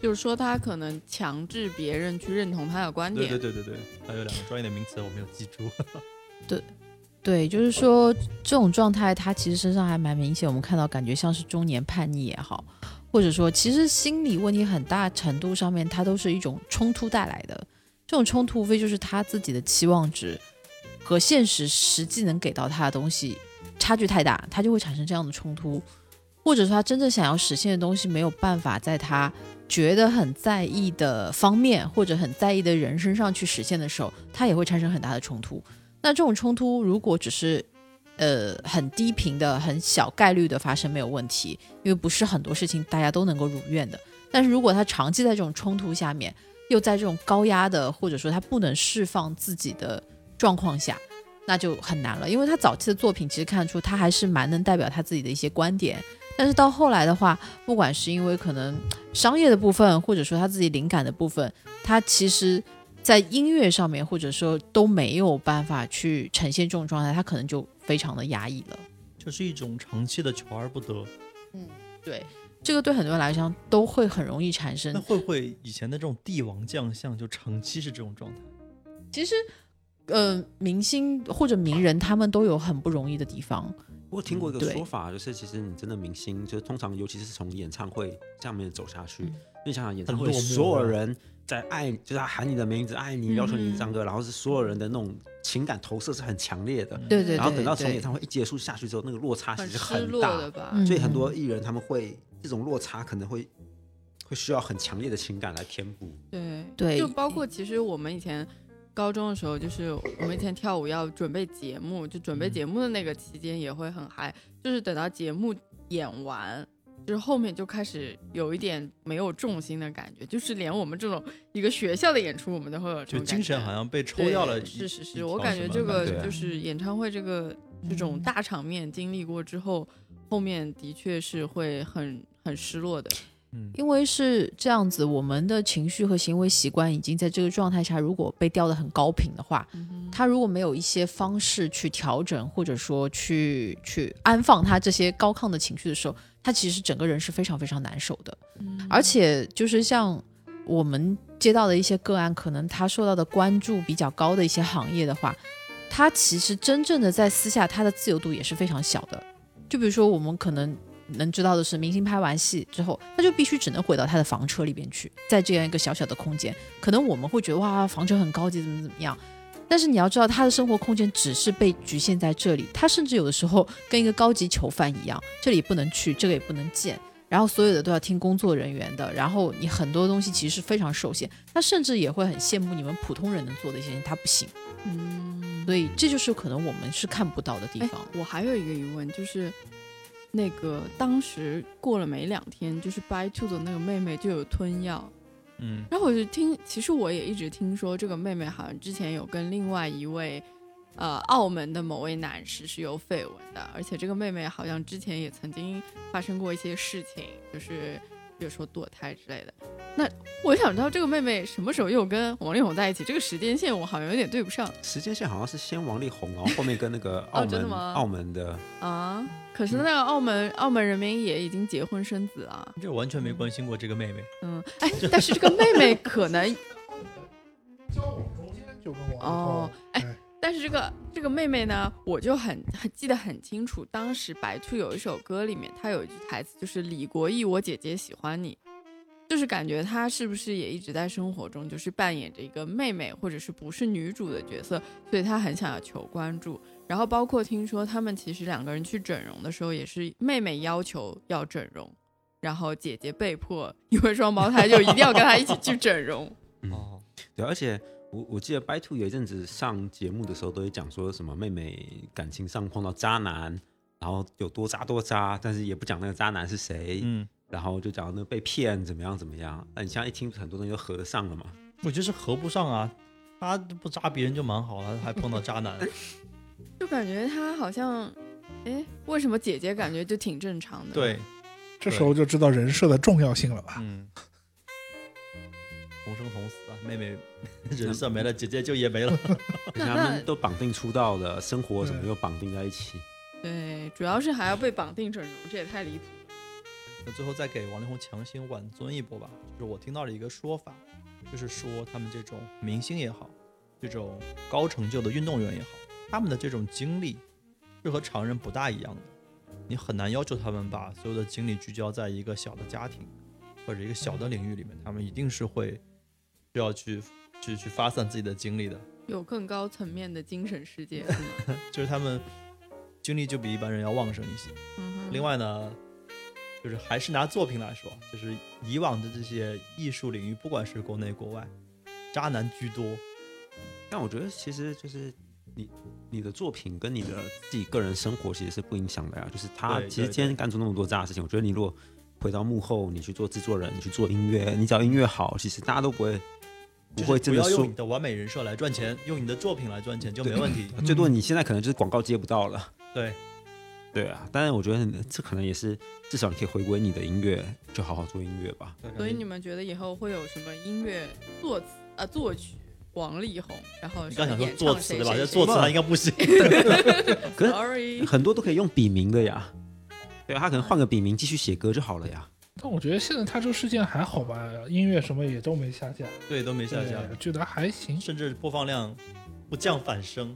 Speaker 3: 就是说他可能强制别人去认同他的观
Speaker 1: 对
Speaker 3: 点。
Speaker 1: 嗯对对对对，他有两个专业的名词我没有记 住。
Speaker 5: 对，就是说这种状态，他其实身上还蛮明显，我们看到感觉像是中年叛逆也好，或者说其实心理问题很大程度上面，它都是一种冲突带来的。这种冲突无非就是他自己的期望值和现实实际能给到他的东西差距太大，他就会产生这样的冲突，或者说他真正想要实现的东西没有办法在他觉得很在意的方面或者很在意的人身上去实现的时候，他也会产生很大的冲突。那这种冲突如果只是呃很低频的、很小概率的发生没有问题，因为不是很多事情大家都能够如愿的。但是如果他长期在这种冲突下面，又在这种高压的或者说他不能释放自己的状况下，那就很难了。因为他早期的作品其实看得出他还是蛮能代表他自己的一些观点，但是到后来的话，不管是因为可能商业的部分，或者说他自己灵感的部分，他其实在音乐上面，或者说都没有办法去呈现这种状态，他可能就非常的压抑了。
Speaker 1: 就是一种长期的求而不得。
Speaker 5: 对，这个对很多人来讲都会很容易产
Speaker 1: 那
Speaker 5: 生。
Speaker 1: 会不会以前的这种帝王将相就长期是这种状态？
Speaker 5: 其实，呃，明星或者名人他们都有很不容易的地方。
Speaker 2: 我听过一个
Speaker 5: 对
Speaker 2: 说法，就是其实你真的明星，就是通常尤其是从演唱会上面走下去，
Speaker 5: 嗯
Speaker 2: 你想想演唱
Speaker 1: 很
Speaker 2: 会
Speaker 1: 落寞啊
Speaker 2: 所有人在爱，就是他喊你的名字，爱你，要求你唱歌，然后是所有人的那种情感投射是很强烈的。
Speaker 5: 对对
Speaker 2: 然后等到从
Speaker 5: 对
Speaker 2: 演唱会一结束下去之后，那个落差其
Speaker 3: 很
Speaker 2: 实
Speaker 3: 失
Speaker 2: 很
Speaker 3: 落
Speaker 2: 大
Speaker 3: 的，吧？
Speaker 5: 嗯
Speaker 2: 所以很多艺人他们会这种落差可能会会需要很强烈的情感来填补。
Speaker 3: 对
Speaker 5: 对
Speaker 3: 就包括其实我们以前高中的时候，就是我们以前跳舞要准备节目，就准备节目的那个期间也会很嗨，就是等到节目演完。就是后面就开始有一点没有重心的感觉，就是连我们这种一个学校的演出，我们都会有这
Speaker 1: 就
Speaker 3: 种
Speaker 1: 精神好
Speaker 3: 像
Speaker 1: 像被抽掉了一。
Speaker 3: 是是
Speaker 1: 一
Speaker 3: 是，我
Speaker 1: 条
Speaker 3: 感
Speaker 1: 什
Speaker 3: 觉
Speaker 1: 么啊
Speaker 3: 这
Speaker 1: 感
Speaker 3: 个
Speaker 2: 觉
Speaker 3: 就是演唱会这个这种大场面经历过之后，后面的确是会很很失落的。
Speaker 1: 嗯，
Speaker 5: 因为是这样子，我们的情绪和行为习惯已经在这个状态下，如果被调得很高频的话，他如果没有一些方式去调整，或者说去去安放他这些高亢的情绪的时候，他其实整个人是非常非常难受的。而且就是像我们接到的一些个案，可能他受到的关注比较高的一些行业的话，他其实真正的在私下他的自由度也是非常小的。就比如说我们可能能知道的是，明星拍完戏之后，他就必须只能回到他的房车里边去，在这样一个小小的空间，可能我们会觉得哇，房车很高级，怎么怎么样。但是你要知道，他的生活空间只是被局限在这里，他甚至有的时候跟一个高级囚犯一样，这里不能去，这个也不能见，然后所有的都要听工作人员的，然后你很多东西其实是非常受限，他甚至也会很羡慕你们普通人能做的一些事情，他不行，
Speaker 3: 嗯，
Speaker 5: 所以这就是可能我们是看不到的地
Speaker 3: 哎
Speaker 5: 方。
Speaker 3: 我还有一个疑问，就是那个当时过了没两天，就是 By Two 的那个妹妹就有吞药，
Speaker 1: 嗯
Speaker 3: 然后我就听，其实我也一直听说这个妹妹好像之前有跟另外一位，呃，澳门的某位男士是有绯闻的，而且这个妹妹好像之前也曾经发生过一些事情，就是比如说堕胎之类的。那我想知道这个妹妹什么时候又跟王力宏在一起，这个时间线我好像有点对不上
Speaker 2: 时间线好像是先王力宏，然后后面跟 那个澳
Speaker 3: 哦真
Speaker 2: 门、
Speaker 3: 的吗
Speaker 2: 澳门的
Speaker 3: 啊。可是那个澳门、澳门人民也已经结婚生子了，
Speaker 1: 这完全没关心过这个妹妹。
Speaker 3: 嗯，哎，但是这个妹妹可能
Speaker 4: 交往中间就跟我
Speaker 3: 哦，哎
Speaker 4: 哎，
Speaker 3: 但是这个这个妹妹呢，我就很很记得很清楚，当时白兔有一首歌里面，她有一句台词就是“李国毅，我姐姐喜欢你”，就是感觉她是不是也一直在生活中就是扮演着一个妹妹或者是不是女主的角色，所以她很想要求关注。然后包括听说他们其实两个人去整容的时候，也是妹妹要求要整容，然后姐姐被迫因为双胞胎就一定要跟她一起去整容。
Speaker 2: 嗯
Speaker 1: 哦，
Speaker 2: 对，而且我我记得白兔有一阵子上节目的时候都会讲说什么妹妹感情上碰到渣男，然后有多渣多渣，但是也不讲那个渣男是谁，
Speaker 1: 嗯，
Speaker 2: 然后就讲那个被骗怎么样怎么样。那你现在一听很多东西都合上了嘛，
Speaker 1: 我觉得是合不上啊，他不扎别人就蛮好了，还碰到渣 男。
Speaker 3: 就感觉他好像，哎，为什么姐姐感觉就挺正常的？，
Speaker 1: 对，
Speaker 4: 这时候就知道人设的重要性了吧？
Speaker 1: 嗯，同生同死啊，妹妹 人设没了， 姐姐就也没了。
Speaker 2: 他
Speaker 3: 那
Speaker 2: 们都绑定出道了，生活什么
Speaker 4: 对
Speaker 2: 又绑定在一起。
Speaker 3: 对，主要是还要被绑定整容，这也太离谱。
Speaker 1: 那最后再给王力宏强行挽尊一波吧。就是我听到了一个说法，就是说他们这种明星也好，这种高成就的运动员也好，他们的这种经历是和常人不大一样的。你很难要求他们把所有的精力聚焦在一个小的家庭或者一个小的领域里面，他们一定是会需要去去去发散自己的精力的。
Speaker 3: 有更高层面的精神世界 是吗？
Speaker 1: 就是他们精力就比一般人要旺盛一些。
Speaker 3: 嗯哼
Speaker 1: 另外呢，就是还是拿作品来说，就是以往的这些艺术领域，不管是国内国外，渣男居多。
Speaker 2: 但我觉得其实就是你你的作品跟你的自己个人生活其实是不影响的呀、就是他
Speaker 1: 对
Speaker 2: 其实
Speaker 1: 对
Speaker 2: 今天干出那么多渣的事情，我觉得你如果回到幕后，你去做制作人，你去做音乐，你只要音乐好，其实大家都不会不
Speaker 1: 就是
Speaker 2: 会真
Speaker 1: 不
Speaker 2: 的
Speaker 1: 要
Speaker 2: 说
Speaker 1: 用你。的完美人设来赚钱，用你的作品来赚钱就没问 题。
Speaker 2: 最多你现在可能就是广告接不到了，
Speaker 1: 嗯对，
Speaker 2: 对啊。但是我觉得你这可能也是，至少你可以回归你的音乐，就好好做音乐吧。
Speaker 3: 所以
Speaker 1: 嗯
Speaker 3: 你们觉得以后会有什么音乐作词啊作曲王力宏，然后
Speaker 1: 你刚想说
Speaker 3: 演
Speaker 1: 作
Speaker 3: 唱
Speaker 1: 词
Speaker 3: 谁
Speaker 1: 对吧？
Speaker 3: 谁
Speaker 1: 这
Speaker 3: 谁
Speaker 1: 作词他应该 不行。
Speaker 2: 可是
Speaker 3: ，sorry，
Speaker 2: 很多都可以用笔名的呀，对啊，他可能换个笔名继续写歌就好了呀。
Speaker 4: 但我觉得现在他这个事件还好吧，音乐什么也都没下架，
Speaker 1: 对，都没下
Speaker 4: 对
Speaker 1: 架，
Speaker 2: 啊
Speaker 4: 觉得还行。
Speaker 1: 甚至播放量不降反升。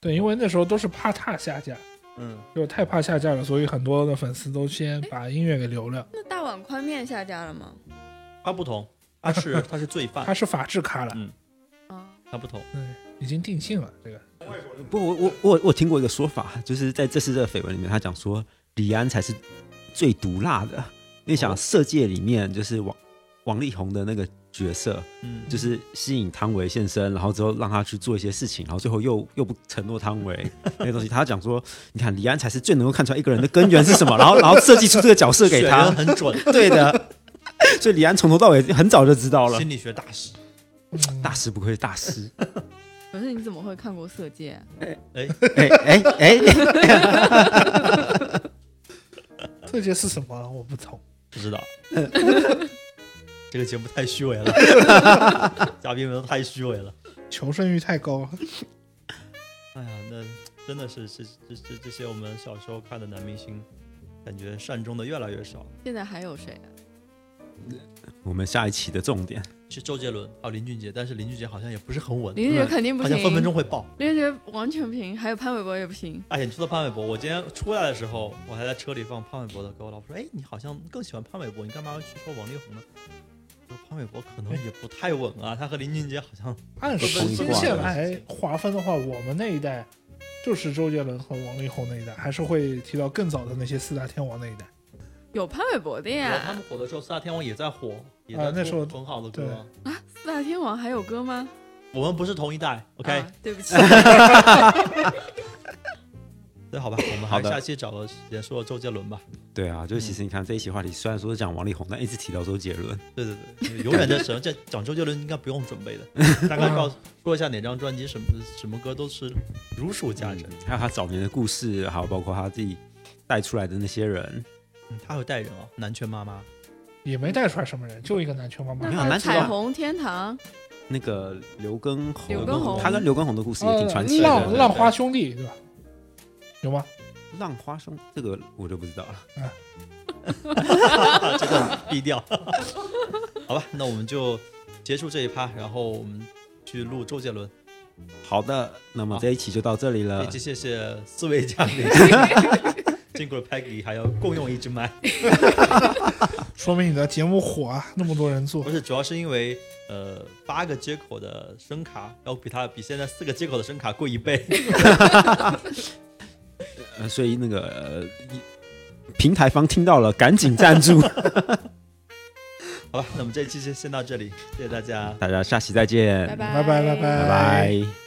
Speaker 4: 对，因为那时候都是怕怕下架，
Speaker 1: 嗯，
Speaker 4: 就是太怕下架了，所以很多的粉丝都先把音乐给留了。
Speaker 3: 那大碗宽面下架了吗？
Speaker 1: 他不同，
Speaker 2: 啊
Speaker 1: 他是他是罪
Speaker 4: 他
Speaker 1: 犯，嗯
Speaker 4: 是法制咖了，
Speaker 3: 啊，
Speaker 1: 他不同。
Speaker 4: 对，已经定性了这个。
Speaker 2: 不，我我我我听过一个说法，就是在这次这个绯闻里面，他讲说李安才是最毒辣的。因为想《色戒》里面就是王王力宏的那个角色，
Speaker 1: 嗯，
Speaker 2: 就是吸引汤唯现身，然后之后让他去做一些事情，然后最后又又不承诺汤唯那些东西。他讲说，你看李安才是最能够看出来一个人的根源是什么，然后 然后设计出这个角色
Speaker 1: 选
Speaker 2: 给
Speaker 1: 人
Speaker 2: 他。
Speaker 1: 很准，
Speaker 2: 对的，所以李安从头到尾很早就知道了
Speaker 1: 心。理学大师。
Speaker 4: 嗯
Speaker 2: 大师不愧是大师，
Speaker 3: 可是你怎么会看过《色戒》？啊
Speaker 1: 哎，
Speaker 2: 哎哎哎，
Speaker 4: 特技是什么？我不懂。
Speaker 1: 不知道。这个节目太虚伪了， 嘉宾们都太虚伪了。
Speaker 4: 求生欲太高了。
Speaker 1: 哎呀，那真的是这这这这些我们小时候看的男明星，感觉善终的越来越少。
Speaker 3: 现在还有谁啊？
Speaker 2: 我们下一期的重点。
Speaker 1: 是周杰伦，还有林俊杰，但是林俊杰好像也不是很稳，
Speaker 3: 林俊杰肯定不
Speaker 1: 好
Speaker 3: 行，
Speaker 1: 像分分钟会爆。
Speaker 3: 林俊杰完全不行，还有潘玮柏也不行。
Speaker 1: 哎呀，你说到潘玮柏，我今天出来的时候，我还在车里放潘玮柏的歌，我老婆说：“哎，你好像更喜欢潘玮柏，你干嘛要去说王力宏呢？”我说潘玮柏可能也不太稳啊，他和林俊杰好像
Speaker 4: 按时间线来划分的话，我们那一代就是周杰伦和王力宏那一代，还是会提到更早的那些四大天王那一代。
Speaker 3: 有潘玮柏的
Speaker 1: 然后他
Speaker 3: 呀
Speaker 1: 们，火的时候，四大天王也在火，也在
Speaker 4: 啊那时候
Speaker 1: 出很好的
Speaker 4: 对
Speaker 1: 歌。
Speaker 3: 四大天王还有歌吗 啊
Speaker 1: 我们不是同一代，OK？、
Speaker 3: 啊对不起，
Speaker 1: 对， 好吧，我们
Speaker 2: 好
Speaker 1: 还
Speaker 2: 的
Speaker 1: 下期找个时间说周杰 伦吧。
Speaker 2: 对啊，就是其实你看这一期话题，虽然说是讲王力宏，但一直提到周杰伦。
Speaker 1: 对对对，永远的神，这讲周杰伦应该不用准 备的，大概告诉说一下哪张专辑什么什么歌都是如数家珍，
Speaker 2: 还有他早年的故事，还有包括他自己带出来的那些人，
Speaker 1: 嗯他会带人哦，南拳妈 妈，
Speaker 4: 也没带出来什么人，就一个南拳妈妈
Speaker 2: 没
Speaker 3: 那
Speaker 2: 有。
Speaker 3: 还有
Speaker 2: 男主
Speaker 3: 彩
Speaker 2: 啊
Speaker 3: 虹天堂，
Speaker 2: 那个刘畊宏，
Speaker 3: 刘畊宏哦
Speaker 2: 他跟刘畊宏的故事也
Speaker 4: 呃
Speaker 2: 挺传奇的。
Speaker 4: 浪
Speaker 2: 对
Speaker 4: 浪花兄弟对吧？有吗？
Speaker 2: 浪花兄，这个我就不知道了。
Speaker 1: 这个低调。 好吧，那我们就结束这一趴，然后我们去录周杰伦。
Speaker 2: 好的，那么
Speaker 1: 好
Speaker 2: 这一期就到这里了
Speaker 1: 以。及谢谢四位嘉 宾， 经过 Peggy 还要共用一支 麦，
Speaker 4: 说明你的节目火啊，那么多人做
Speaker 1: 不。是主要是因为呃八个接口的声卡要比它比现在四个接口的声卡贵一倍。
Speaker 2: 呃，所以那个、呃、一平台方听到了，赶紧赞助。
Speaker 1: 好吧，那我们这一期就先到这里，谢谢大家。
Speaker 2: 嗯大家下期再见，
Speaker 4: 拜拜拜
Speaker 2: 拜拜